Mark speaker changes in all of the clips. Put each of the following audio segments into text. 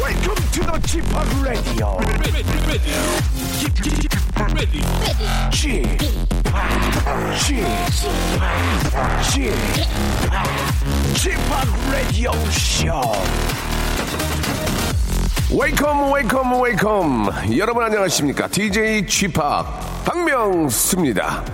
Speaker 1: Welcome to the g p o p Radio. g p o p Radio Show.
Speaker 2: 웨이컴 웨이컴 웨이컴 여러분 안녕하십니까 DJ g p o p 박명수입니다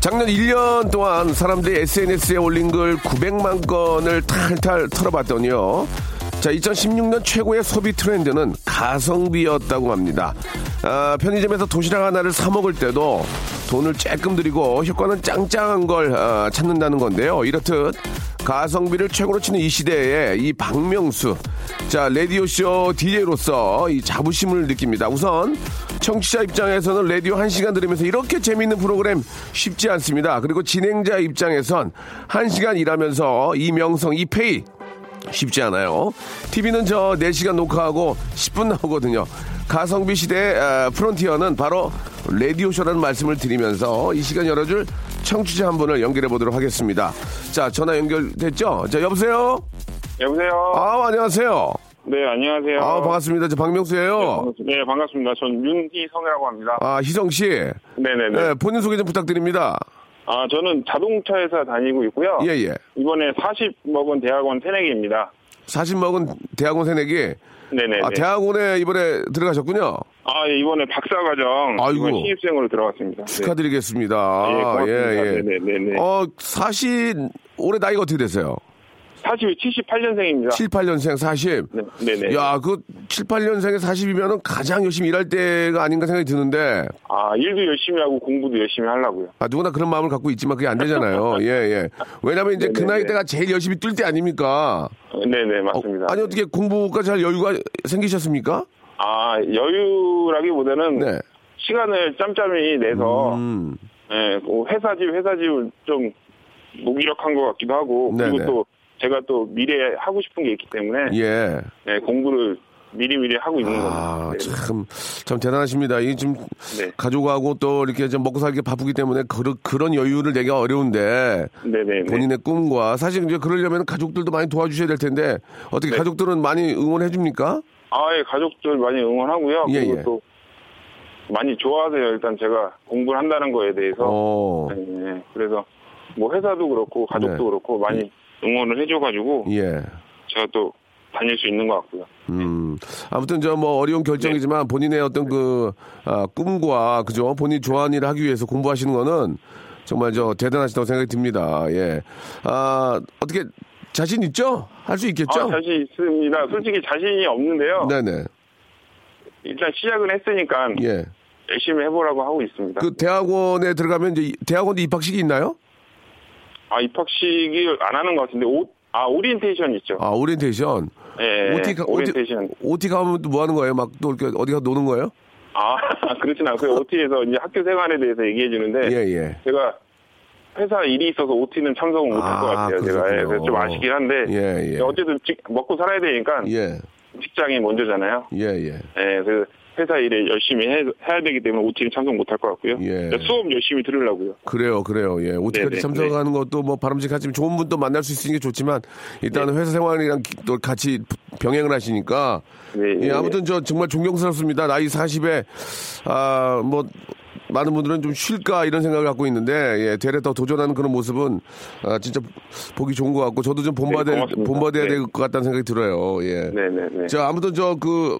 Speaker 2: 작년 1년 동안 사람들이 SNS에 올린 글 900만 건을 탈탈 털어봤더니요. 자, 2016년 최고의 소비 트렌드는 가성비였다고 합니다. 아, 편의점에서 도시락 하나를 사 먹을 때도 돈을 쬐끔 들이고 효과는 짱짱한 걸 아, 찾는다는 건데요. 이렇듯 가성비를 최고로 치는 이 시대에 이 박명수 자 라디오쇼 DJ로서 이 자부심을 느낍니다. 우선 청취자 입장에서는 라디오 한시간 들으면서 이렇게 재밌는 프로그램 쉽지 않습니다. 그리고 진행자 입장에선 한시간 일하면서 이 명성 이 페이 쉽지 않아요. TV는 저 4시간 녹화하고 10분 나오거든요. 가성비 시대의 아, 프론티어는 바로 라디오쇼라는 말씀을 드리면서 이 시간 열어줄 청취자 한 분을 연결해 보도록 하겠습니다. 자, 전화 연결됐죠? 자, 여보세요?
Speaker 3: 여보세요.
Speaker 2: 아, 안녕하세요.
Speaker 3: 네 안녕하세요.
Speaker 2: 아, 반갑습니다. 저 박명수예요.
Speaker 3: 네 반갑습니다. 전 윤희성이라고 합니다.
Speaker 2: 아, 희성 씨.
Speaker 3: 네네네.
Speaker 2: 네, 본인 소개 좀 부탁드립니다.
Speaker 3: 아 저는 자동차 회사 다니고 있고요.
Speaker 2: 예, 예.
Speaker 3: 이번에 40 먹은 대학원 새내기입니다.
Speaker 2: 사진 먹은 대학원 새내기.
Speaker 3: 네네네.
Speaker 2: 아, 대학원에 이번에 들어가셨군요.
Speaker 3: 아, 예, 이번에 박사과정
Speaker 2: 아이고.
Speaker 3: 이번 신입생으로 들어갔습니다. 네.
Speaker 2: 축하드리겠습니다.
Speaker 3: 예, 고맙습니다. 네네네네.
Speaker 2: 어, 사실 올해 나이가 어떻게 되세요?
Speaker 3: 40이 78년생입니다.
Speaker 2: 7, 8년생 40.
Speaker 3: 네, 네네.
Speaker 2: 야, 그 7, 8년생에 40이면은 가장 열심히 일할 때가 아닌가 생각이 드는데
Speaker 3: 아 일도 열심히 하고 공부도 열심히 하려고요.
Speaker 2: 아, 누구나 그런 마음을 갖고 있지만 그게 안 되잖아요. 예, 예. 왜냐면 이제 그
Speaker 3: 네네네.
Speaker 2: 나이 때가 제일 열심히 뛸 때 아닙니까?
Speaker 3: 네네
Speaker 2: 어,
Speaker 3: 맞습니다.
Speaker 2: 아니 어떻게 공부까지 할 여유가 생기셨습니까?
Speaker 3: 아 여유라기보다는
Speaker 2: 네.
Speaker 3: 시간을 짬짬이 내서
Speaker 2: 음.
Speaker 3: 예, 그 회사 집, 회사 집은 좀 무기력한 것 같기도 하고,
Speaker 2: 네네.
Speaker 3: 그리고 또 제가 또 미래에 하고 싶은 게 있기 때문에,
Speaker 2: 예.
Speaker 3: 예, 공부를 미리미리 하고 있는
Speaker 2: 아,
Speaker 3: 겁니다. 네.
Speaker 2: 참, 참 대단하십니다. 이 지금
Speaker 3: 네.
Speaker 2: 가족하고 또 이렇게 좀 먹고 살기 바쁘기 때문에 그런, 그런 여유를 내기가 어려운데
Speaker 3: 네네네.
Speaker 2: 본인의 꿈과 사실 이제 그러려면 가족들도 많이 도와주셔야 될 텐데 어떻게
Speaker 3: 네.
Speaker 2: 가족들은 많이 응원해 줍니까?
Speaker 3: 아, 예, 가족들 많이 응원하고요.
Speaker 2: 예,
Speaker 3: 그리고
Speaker 2: 예.
Speaker 3: 또 많이 좋아하세요. 일단 제가 공부를 한다는 거에 대해서.
Speaker 2: 어,
Speaker 3: 예, 예. 그래서 뭐 회사도 그렇고, 가족도
Speaker 2: 네.
Speaker 3: 그렇고, 많이 응원을 해줘가지고,
Speaker 2: 예.
Speaker 3: 제가 또 다닐 수 있는 것 같고요.
Speaker 2: 음. 아무튼 저 뭐 어려운
Speaker 3: 네.
Speaker 2: 결정이지만 본인의 어떤 그 아, 꿈과 그죠? 본인이 좋아하는 일을 하기 위해서 공부하시는 거는 정말 저 대단하시다고 생각이 듭니다. 예. 아, 어떻게 자신 있죠? 할 수 있겠죠?
Speaker 3: 아, 자신 있습니다. 솔직히 자신이 없는데요.
Speaker 2: 네네.
Speaker 3: 일단 시작은 했으니까.
Speaker 2: 예.
Speaker 3: 열심히 해보라고 하고 있습니다.
Speaker 2: 그 대학원에 들어가면 이제 대학원도 입학식이 있나요?
Speaker 3: 아 입학식을 안 하는 것 같은데 오, 아 오리엔테이션 있죠.
Speaker 2: 아, 그, 오리엔테이션.
Speaker 3: 예,
Speaker 2: OT, 가-
Speaker 3: 오리엔테이션.
Speaker 2: OT, OT 가면 또 뭐 하는 거예요? 막 또 이렇게 어디 가서 노는 거예요?
Speaker 3: 아 그렇진 않고요. OT에서 이제 학교 생활에 대해서 얘기해 주는데
Speaker 2: 예, 예.
Speaker 3: 제가 회사 일이 있어서 OT는 참석을 못할
Speaker 2: 아,
Speaker 3: 것 같아요. 제가
Speaker 2: 그렇군요.
Speaker 3: 예, 그래서 좀 아쉽긴 한데
Speaker 2: 예, 예.
Speaker 3: 어쨌든 직- 먹고 살아야 되니까
Speaker 2: 예,
Speaker 3: 직장이 먼저잖아요.
Speaker 2: 예, 예.
Speaker 3: 예, 그래서 회사 일에 열심히 해, 해야 되기 때문에 OT는 참석 못할 것 같고요.
Speaker 2: 예.
Speaker 3: 수업 열심히 들으려고요.
Speaker 2: 그래요, 그래요. 예. OT까지
Speaker 3: 네네,
Speaker 2: 참석하는 것도 뭐 바람직하지만 좋은 분 또 만날 수 있으니 좋지만 일단은 회사 생활이랑 기- 또 같이 병행을 하시니까
Speaker 3: 네,
Speaker 2: 예,
Speaker 3: 예.
Speaker 2: 아무튼 저 정말 존경스럽습니다. 나이 40에 아, 뭐 많은 분들은 좀 쉴까 이런 생각을 갖고 있는데 예, 되레 더 도전하는 그런 모습은 아, 진짜 보기 좋은 것 같고 저도 좀 본받아
Speaker 3: 네, 고맙습니다.
Speaker 2: 본받아야
Speaker 3: 네.
Speaker 2: 될 것 같다는 생각이 들어요. 예.
Speaker 3: 네네네.
Speaker 2: 자, 아무튼 저 그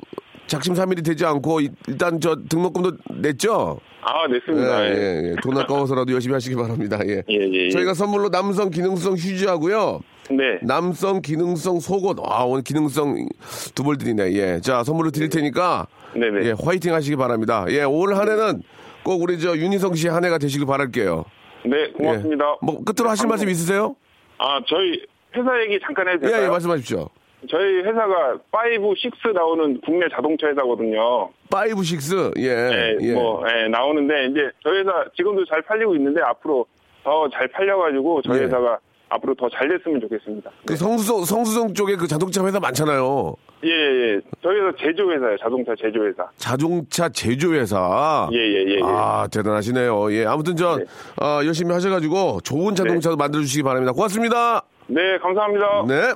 Speaker 2: 작심삼일이 되지 않고 이- 일단 저 등록금도 냈죠?
Speaker 3: 아, 냈습니다.
Speaker 2: 예,
Speaker 3: 예,
Speaker 2: 예, 예. 돈 아까워서라도 열심히 하시기 바랍니다. 예.
Speaker 3: 예, 예, 예.
Speaker 2: 저희가 선물로 남성 기능성 휴지하고요.
Speaker 3: 네.
Speaker 2: 남성 기능성 속옷. 아, 오늘 기능성 두 벌 드리네. 예. 자, 선물로 드릴 테니까.
Speaker 3: 네네.
Speaker 2: 예, 화이팅 하시기 바랍니다. 예, 올 한 해는 꼭 우리 저 윤희성 씨 한 해가 되시길 바랄게요.
Speaker 3: 네,
Speaker 2: 예.
Speaker 3: 고맙습니다.
Speaker 2: 뭐, 끝으로 하실 말씀 있으세요?
Speaker 3: 아, 저희 회사 얘기 잠깐 해도
Speaker 2: 예,
Speaker 3: 될까요?
Speaker 2: 예, 말씀하십시오.
Speaker 3: 저희 회사가 5, 6 나오는 국내 자동차 회사거든요.
Speaker 2: 5, 6. 예.
Speaker 3: 예,
Speaker 2: 예.
Speaker 3: 뭐, 예, 나오는데, 이제 저희 회사 지금도 잘 팔리고 있는데 앞으로 더 잘 팔려가지고 저희
Speaker 2: 예.
Speaker 3: 회사가 앞으로 더 잘 됐으면 좋겠습니다.
Speaker 2: 그 성수성, 성수성 쪽에 그 자동차 회사 많잖아요.
Speaker 3: 예, 예, 예. 저희 회사 제조회사예요. 자동차 제조회사.
Speaker 2: 자동차 제조회사.
Speaker 3: 예, 예, 예. 예.
Speaker 2: 아, 대단하시네요. 예, 아무튼 저,
Speaker 3: 네.
Speaker 2: 어, 열심히 하셔가지고 좋은 자동차도 만들어주시기 바랍니다. 고맙습니다.
Speaker 3: 네, 감사합니다.
Speaker 2: 네.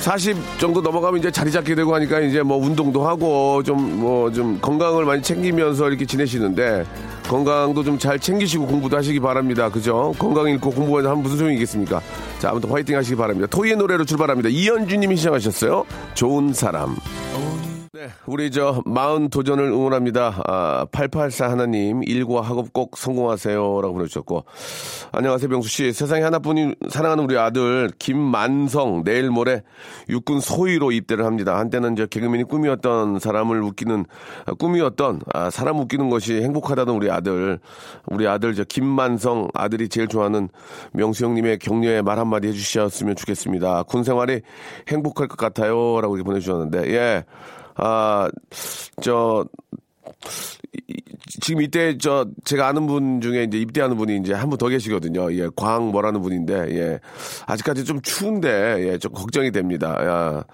Speaker 2: 40 정도 넘어가면 이제 자리 잡게 되고 하니까 이제 뭐 운동도 하고 좀 뭐 좀 건강을 많이 챙기면서 이렇게 지내시는데 건강도 좀 잘 챙기시고 공부도 하시기 바랍니다. 그죠? 건강 잃고 공부만 하면 무슨 소용이 있겠습니까? 자, 아무튼 화이팅 하시기 바랍니다. 토이의 노래로 출발합니다. 이현주 님이 시작하셨어요. 좋은 사람. 네, 우리 저 마흔 도전을 응원합니다. 아, 884 하나님 일과 학업 꼭 성공하세요라고 보내주셨고 안녕하세요 병수 씨 세상에 하나뿐인 사랑하는 우리 아들 김만성 내일 모레 육군 소위로 입대를 합니다. 한때는 저 개그맨이 꿈이었던 사람을 웃기는 아, 꿈이었던 아, 사람 웃기는 것이 행복하다던 우리 아들 우리 아들 저 김만성 아들이 제일 좋아하는 명수 형님의 격려의 말 한마디 해주셨으면 좋겠습니다. 군 생활이 행복할 것 같아요라고 이렇게 보내주셨는데 예. 아, 저, 이- 지금 이때 저 제가 아는 분 중에 이제 입대하는 분이 이제 한 분 더 계시거든요. 예, 광 뭐라는 분인데 예, 아직까지 좀 추운데 예, 좀 걱정이 됩니다. 야,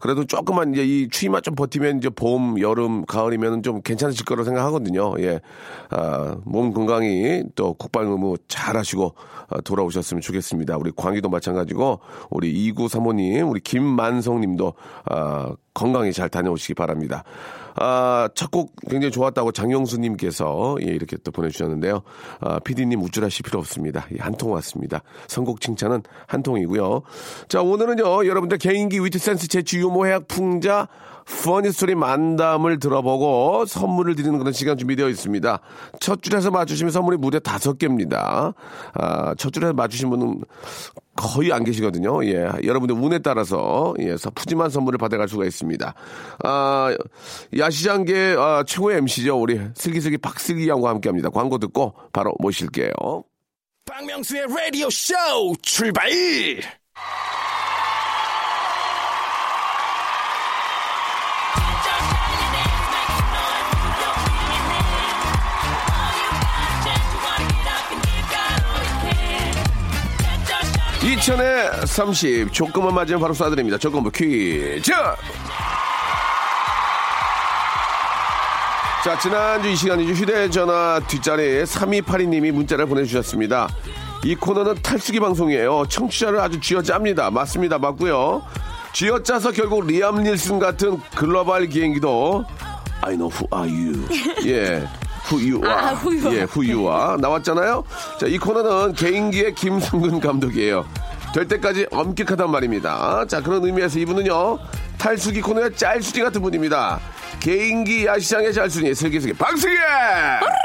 Speaker 2: 그래도 조금만 이제 이 추위만 좀 버티면 이제 봄, 여름, 가을이면 좀 괜찮으실 거라고 생각하거든요. 예, 아, 몸 건강히 또 국방 의무 잘 하시고 아, 돌아오셨으면 좋겠습니다. 우리 광희도 마찬가지고 우리 이구 사모님, 우리 김만성님도 아, 건강히 잘 다녀오시기 바랍니다. 아, 첫 곡 굉장히 좋았다고 장영수님께서 예, 이렇게 또 보내주셨는데요. 아, PD님 우쭐하실 필요 없습니다. 예, 한 통 왔습니다. 선곡 칭찬은 한 통이고요. 자, 오늘은요, 여러분들 개인기 위트센스 재치 유모 해학 풍자 퍼니스토리 만담을 들어보고 선물을 드리는 그런 시간 준비되어 있습니다. 첫 줄에서 맞추시면 선물이 무려 다섯 개입니다. 아, 첫 줄에서 맞추신 분은 거의 안 계시거든요. 예. 여러분들 운에 따라서, 예. 서- 푸짐한 선물을 받아갈 수가 있습니다. 아, 야시장계 아, 최고의 MC죠. 우리 슬기슬기 박슬기 양과 함께 합니다. 광고 듣고 바로 모실게요.
Speaker 1: 박명수의 라디오 쇼 출발!
Speaker 2: 이천에 30. 조건만 맞으면 바로 쏴드립니다. 조건부 퀴즈! 자, 지난주 이 시간에 휴대전화 뒷자리에 3282님이 문자를 보내주셨습니다. 이 코너는 탈수기 방송이에요. 청취자를 아주 쥐어짭니다. 맞습니다. 맞고요. 쥐어짜서 결국 리암 닐슨 같은 글로벌 비행기도 I know who are you. 예. Who you are.
Speaker 4: 아, who you are.
Speaker 2: 예, who you are. 나왔잖아요. 자, 이 코너는 개인기의 김승근 감독이에요. 될 때까지 엄격하단 말입니다. 자, 그런 의미에서 이분은요, 탈수기 코너의 짤수지 같은 분입니다. 개인기 야시장의 짤수지, 슬기슬기, 박승희!
Speaker 4: 안녕들 하셔요.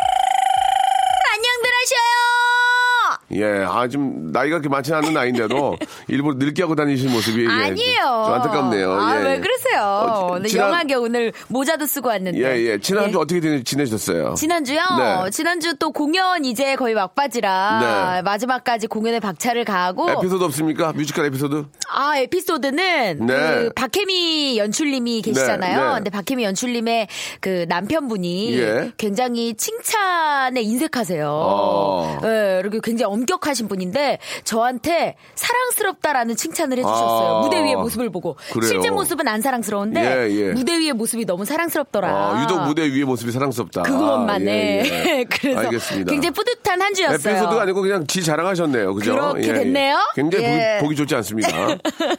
Speaker 2: 예, 아, 지금 나이가 그렇게 많지는 않은 나이인데도 일부러 늙게 하고 다니시는 모습이. 예,
Speaker 4: 아니에요.
Speaker 2: 좀 안타깝네요.
Speaker 4: 아,
Speaker 2: 예,
Speaker 4: 왜
Speaker 2: 예.
Speaker 4: 그러세요?
Speaker 2: 어, 지-
Speaker 4: 오늘
Speaker 2: 지난-
Speaker 4: 영하게 오늘 모자도 쓰고 왔는데.
Speaker 2: 예, 예. 지난주 어떻게 지내- 지내셨어요?
Speaker 4: 지난주요?
Speaker 2: 네.
Speaker 4: 지난주 또 공연 이제 거의 막바지라
Speaker 2: 네.
Speaker 4: 마지막까지 공연에 박차를 가하고
Speaker 2: 에피소드 없습니까? 뮤지컬 에피소드?
Speaker 4: 아 에피소드는
Speaker 2: 네.
Speaker 4: 그 박혜미 연출님이 계시잖아요.
Speaker 2: 네, 네.
Speaker 4: 근데 박혜미 연출님의 그 남편분이
Speaker 2: 예.
Speaker 4: 굉장히 칭찬에 인색하세요.
Speaker 2: 아.
Speaker 4: 예, 이렇게 굉장히 엄격하신 분인데 저한테 사랑스럽다라는 칭찬을 해주셨어요.
Speaker 2: 아.
Speaker 4: 무대 위의 모습을 보고
Speaker 2: 그래요.
Speaker 4: 실제 모습은 안 사랑스러운데
Speaker 2: 예, 예.
Speaker 4: 무대 위의 모습이 너무 사랑스럽더라.
Speaker 2: 아, 유독 무대 위의 모습이 사랑스럽다.
Speaker 4: 그것만
Speaker 2: 아,
Speaker 4: 해.
Speaker 2: 예, 예.
Speaker 4: 그래서
Speaker 2: 알겠습니다.
Speaker 4: 굉장히 뿌듯한 한 주였어요.
Speaker 2: 에피소드가 아니고 그냥 지 자랑하셨네요. 그죠? 예,
Speaker 4: 그렇게 됐네요.
Speaker 2: 굉장히 보기-
Speaker 4: 예.
Speaker 2: 보기, 좋지 않습니다.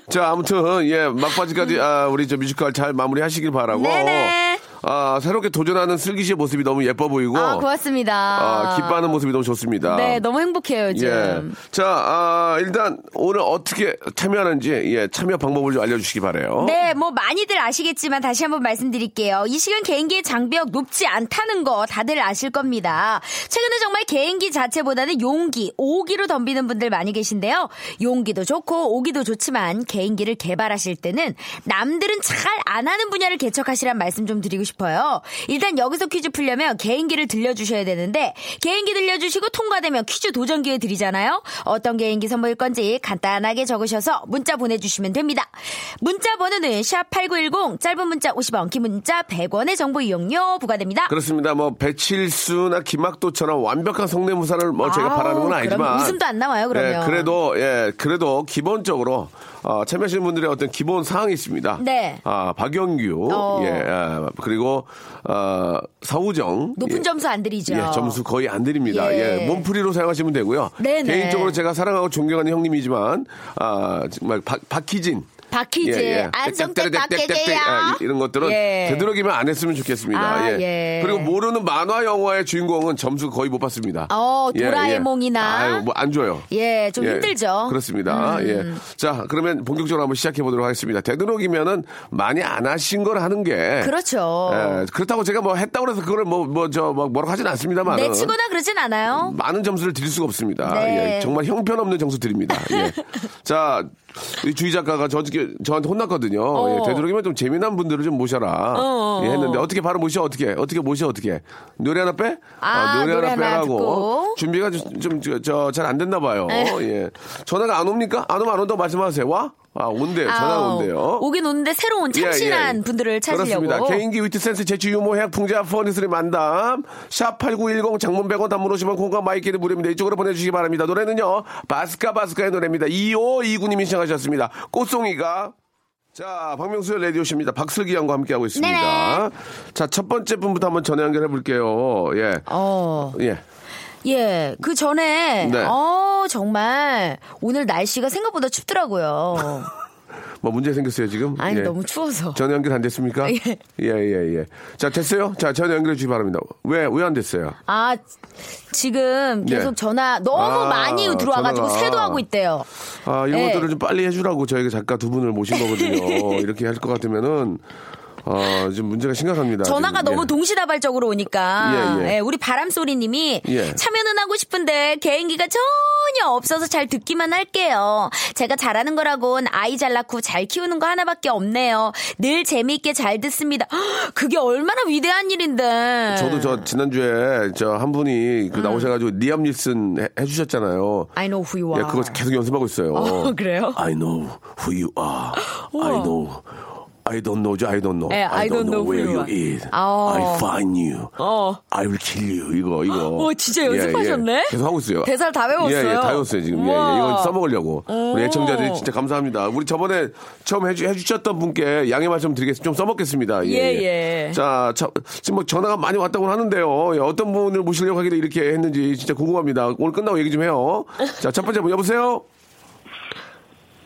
Speaker 2: 자, 아무튼, 예, 막바지까지, 아, 우리 저 뮤지컬 잘 마무리 하시길 바라고.
Speaker 4: 네네.
Speaker 2: 아, 새롭게 도전하는 슬기 씨의 모습이 너무 예뻐 보이고
Speaker 4: 아, 고맙습니다.
Speaker 2: 아, 기뻐하는 모습이 너무 좋습니다.
Speaker 4: 네, 너무 행복해요,
Speaker 2: 예.
Speaker 4: 지금.
Speaker 2: 자, 아, 일단 오늘 어떻게 참여하는지 예, 참여 방법을 좀 알려주시기 바래요.
Speaker 4: 네, 뭐 많이들 아시겠지만 다시 한번 말씀드릴게요. 이 시간 개인기의 장벽 높지 않다는 거 다들 아실 겁니다. 최근에 정말 개인기 자체보다는 용기, 오기로 덤비는 분들 많이 계신데요. 용기도 좋고 오기도 좋지만 개인기를 개발하실 때는 남들은 잘 안 하는 분야를 개척하시란 말씀 좀 드리고 싶어요. 일단 여기서 퀴즈 풀려면 개인기를 들려주셔야 되는데 개인기 들려주시고 통과되면 퀴즈 도전 기회 드리잖아요. 어떤 개인기 선보일 건지 간단하게 적으셔서 문자 보내주시면 됩니다. 문자 번호는 샵8910 짧은 문자 50원 긴 문자 100원의 정보 이용료 부과됩니다.
Speaker 2: 그렇습니다. 뭐 배칠수나 김학도처럼 완벽한 성대무사를 뭐 제가
Speaker 4: 아우,
Speaker 2: 바라는 건 아니지만
Speaker 4: 그럼 웃음도 안 나와요, 그러면.
Speaker 2: 예, 그래도 예, 그래도 기본적으로 어, 참여하시는 분들의 어떤 기본 사항이 있습니다.
Speaker 4: 네.
Speaker 2: 아 박영규,
Speaker 4: 어.
Speaker 2: 예, 아, 그리고 어, 서우정.
Speaker 4: 높은
Speaker 2: 예.
Speaker 4: 점수 안 드리죠.
Speaker 2: 예, 점수 거의 안 드립니다.
Speaker 4: 예.
Speaker 2: 예, 몸풀이로 사용하시면 되고요.
Speaker 4: 네네.
Speaker 2: 개인적으로 제가 사랑하고 존경하는 형님이지만, 아, 정말 박, 박희진.
Speaker 4: 박희진,
Speaker 2: 예,
Speaker 4: 안성택 박혜재야.
Speaker 2: 아, 이- 이런 것들은
Speaker 4: 예.
Speaker 2: 되도록이면 안 했으면 좋겠습니다.
Speaker 4: 아, 예.
Speaker 2: 예. 그리고 모르는 만화 영화의 주인공은 점수 거의 못 받습니다.
Speaker 4: 어,
Speaker 2: 예, 예.
Speaker 4: 도라에몽이나.
Speaker 2: 아유, 뭐 안 줘요.
Speaker 4: 예, 좀 힘들죠. 음.
Speaker 2: 그렇습니다. 예. 자, 그러면 본격적으로 한번 시작해 보도록 하겠습니다. 되도록이면은 많이 안 하신 걸 하는 게
Speaker 4: 그렇죠.
Speaker 2: 예, 그렇다고 제가 뭐 했다고 해서 그걸 뭐, 뭐, 저, 뭐, 뭐라고 하진 않습니다만.
Speaker 4: 내 치거나 그러진 않아요.
Speaker 2: 많은 점수를 드릴 수가 없습니다.
Speaker 4: 네.
Speaker 2: 예, 정말 형편없는 점수 드립니다. 예. 자, 이 주희 작가가 저, 저한테 혼났거든요.
Speaker 4: 어.
Speaker 2: 예, 되도록이면 좀 재미난 분들을 좀 모셔라.
Speaker 4: 어, 어,
Speaker 2: 예, 했는데
Speaker 4: 어.
Speaker 2: 어떻게 바로 모셔? 어떻게? 어떻게 모셔? 어떻게? 노래 하나 빼?
Speaker 4: 아, 노래 하나 듣고. 네.
Speaker 2: 준비가 좀, 좀, 저, 잘 안 됐나 봐요. 예. 전화가 안 옵니까? 안 오면 안 온다고 말씀하세요. 와? 아, 온대요. 전화가
Speaker 4: 아우,
Speaker 2: 온대요. 예,
Speaker 4: 오긴 오는데 새로운 참신한 분들을 찾으려고.
Speaker 2: 그렇습니다. 개인기 위트 센스 재치 유머 해학 풍자 퍼니스리 만담 샵8910 장문 100원 단문 50원 공과 마이키를 무료입니다. 이쪽으로 보내주시기 바랍니다. 노래는요. 바스카 바스카의 노래입니다. 2529님이 시작하셨습니다. 꽃송이가 자, 박명수의 라디오십입니다. 박슬기 양과 함께하고 있습니다. 자, 첫 번째 분부터 한번 전화 연결해 볼게요. 예.
Speaker 4: 어,
Speaker 2: 예.
Speaker 4: 예. 그 전에,
Speaker 2: 네.
Speaker 4: 어, 정말, 오늘 날씨가 생각보다 춥더라고요.
Speaker 2: 뭐 문제 생겼어요, 지금?
Speaker 4: 아니,
Speaker 2: 예.
Speaker 4: 너무 추워서.
Speaker 2: 전화 연결 안 됐습니까?
Speaker 4: 예.
Speaker 2: 예, 예, 예. 자, 됐어요? 자, 전화 연결해 주시기 바랍니다. 왜, 왜 안 됐어요?
Speaker 4: 아, 지금 계속
Speaker 2: 예.
Speaker 4: 전화 너무
Speaker 2: 아,
Speaker 4: 많이 들어와가지고
Speaker 2: 전화가.
Speaker 4: 세도하고 있대요.
Speaker 2: 아, 이런
Speaker 4: 예.
Speaker 2: 것들을 좀 빨리 해주라고 저희가 작가 두 분을 모신 거거든요. 이렇게 할 것 같으면은, 아, 지금 문제가 심각합니다.
Speaker 4: 전화가
Speaker 2: 지금.
Speaker 4: 너무
Speaker 2: 예.
Speaker 4: 동시다발적으로 오니까
Speaker 2: 예, 예.
Speaker 4: 예, 우리 바람소리님이
Speaker 2: 예.
Speaker 4: 참여는 하고 싶은데 개인기가 전혀 없어서 잘 듣기만 할게요. 제가 잘하는 거라곤 아이 잘 낳고 잘 키우는 거 하나밖에 없네요. 늘 재미있게 잘 듣습니다. 헉, 그게 얼마나 위대한 일인데.
Speaker 2: 저도 저 지난주에 저 한 분이
Speaker 4: 음.
Speaker 2: 그 나오셔가지고 리암 닐슨 해, 해주셨잖아요.
Speaker 4: I know who you
Speaker 2: 예,
Speaker 4: are.
Speaker 2: 그거 계속 연습하고 있어요.
Speaker 4: 어, 그래요?
Speaker 2: I know who you are. I know. I don't know, I don't know.
Speaker 4: 예, I don't know who
Speaker 2: where
Speaker 4: you
Speaker 2: you
Speaker 4: are.
Speaker 2: is.
Speaker 4: 아.
Speaker 2: I find you.
Speaker 4: 어.
Speaker 2: I will kill you. 이거 이거.
Speaker 4: 어, 진짜
Speaker 2: 예, 예.
Speaker 4: 연습하셨네?
Speaker 2: 계속 하고 있어요.
Speaker 4: 대사를 다 외웠어요?
Speaker 2: 예, 예, 다 외웠어요 지금. 예, 예.
Speaker 4: 우와.
Speaker 2: 이건 써먹으려고. 우리
Speaker 4: 오.
Speaker 2: 애청자들이 진짜 네, 감사합니다. 우리 저번에 처음 해주, 해주셨던 분께 양해 말씀 드리겠습니다. 좀 써먹겠습니다. 예,
Speaker 4: 예,
Speaker 2: 예.
Speaker 4: 예.
Speaker 2: 자, 자, 지금 뭐 전화가 많이 왔다고 하는데요. 예, 어떤 분을 모시려고 하길래 이렇게 했는지 진짜 궁금합니다. 오늘 끝나고 얘기 좀 해요. 자, 첫 번째 분 여보세요.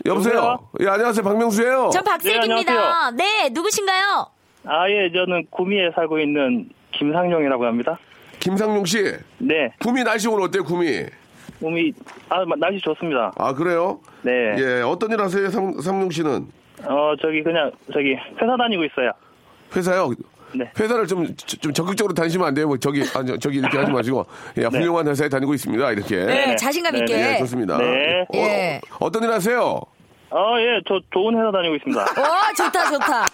Speaker 2: 여보세요.
Speaker 5: 여보세요?
Speaker 2: 예, 안녕하세요. 박명수예요.
Speaker 4: 전
Speaker 5: 네,
Speaker 4: 박슬기입니다.
Speaker 5: 안녕하세요.
Speaker 4: 네, 누구신가요?
Speaker 5: 아, 예, 저는 구미에 살고 있는 김상용이라고 합니다.
Speaker 2: 김상용 씨.
Speaker 5: 네,
Speaker 2: 구미 날씨 오늘 어때요, 구미?
Speaker 5: 몸이, 아, 마- 날씨 좋습니다.
Speaker 2: 아, 그래요?
Speaker 5: 네.
Speaker 2: 예, 어떤 일 하세요, 상, 상용 씨는?
Speaker 5: 어, 저기, 그냥, 저기, 회사 다니고 있어요.
Speaker 2: 회사요?
Speaker 5: 네.
Speaker 2: 회사를 좀, 좀 적극적으로 다니시면 안 돼요. 뭐 저기, 아, 저, 기 이렇게 하지 마시고. 예, 훌륭한 회사에 다니고 있습니다. 이렇게.
Speaker 4: 네,
Speaker 5: 네.
Speaker 4: 자신감
Speaker 5: 네,
Speaker 4: 있게.
Speaker 2: 예, 좋습니다.
Speaker 5: 네.
Speaker 2: 어,
Speaker 4: 예.
Speaker 2: 어, 어떤 일 하세요?
Speaker 5: 어, 예, 저 좋은 회사 다니고 있습니다.
Speaker 4: 어, 좋다, 좋다.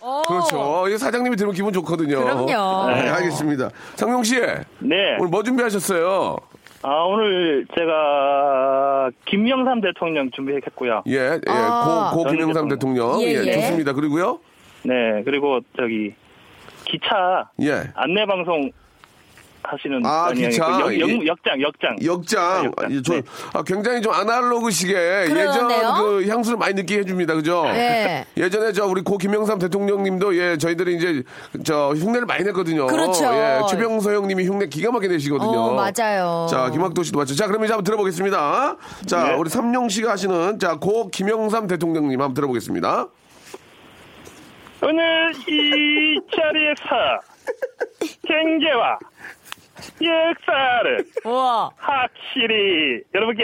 Speaker 4: 어.
Speaker 2: 그렇죠. 이 사장님이 들으면 기분 좋거든요.
Speaker 4: 그럼요.
Speaker 2: 네, 알겠습니다. 상용 씨.
Speaker 5: 네.
Speaker 2: 오늘 뭐 준비하셨어요?
Speaker 5: 아, 오늘 제가 김영삼 대통령 준비했고요.
Speaker 2: 예, 예.
Speaker 4: 아.
Speaker 2: 고, 고 김영삼
Speaker 5: 뭐.
Speaker 2: 대통령.
Speaker 4: 예, 예.
Speaker 2: 좋습니다. 그리고요.
Speaker 5: 네, 그리고 저기, 기차
Speaker 2: 예.
Speaker 5: 안내방송 하시는.
Speaker 2: 아,
Speaker 5: 분이
Speaker 2: 기차.
Speaker 5: 아니고 역,
Speaker 2: 예.
Speaker 5: 역, 역장, 역장.
Speaker 2: 역장.
Speaker 5: 역장.
Speaker 2: 아, 예, 저,
Speaker 5: 네.
Speaker 2: 아, 굉장히 좀 아날로그식에
Speaker 4: 그러네요.
Speaker 2: 예전 그 향수를 많이 느끼게 해줍니다. 그죠?
Speaker 4: 네.
Speaker 2: 예전에 저 우리 고 김영삼 대통령님도 예, 저희들이 이제 저 흉내를 많이 냈거든요.
Speaker 4: 그렇죠.
Speaker 2: 예, 최병서 형님이 흉내 기가 막히게 내시거든요.
Speaker 4: 어, 맞아요.
Speaker 2: 자, 김학도 씨도 맞죠. 자, 그럼 이제 한번 들어보겠습니다. 자,
Speaker 5: 네.
Speaker 2: 우리 삼룡 씨가 하시는 자, 고 김영삼 대통령님 한번 들어보겠습니다.
Speaker 5: 오늘 이 자리에서 경제와 역사를
Speaker 4: 우와.
Speaker 5: 확실히 여러분께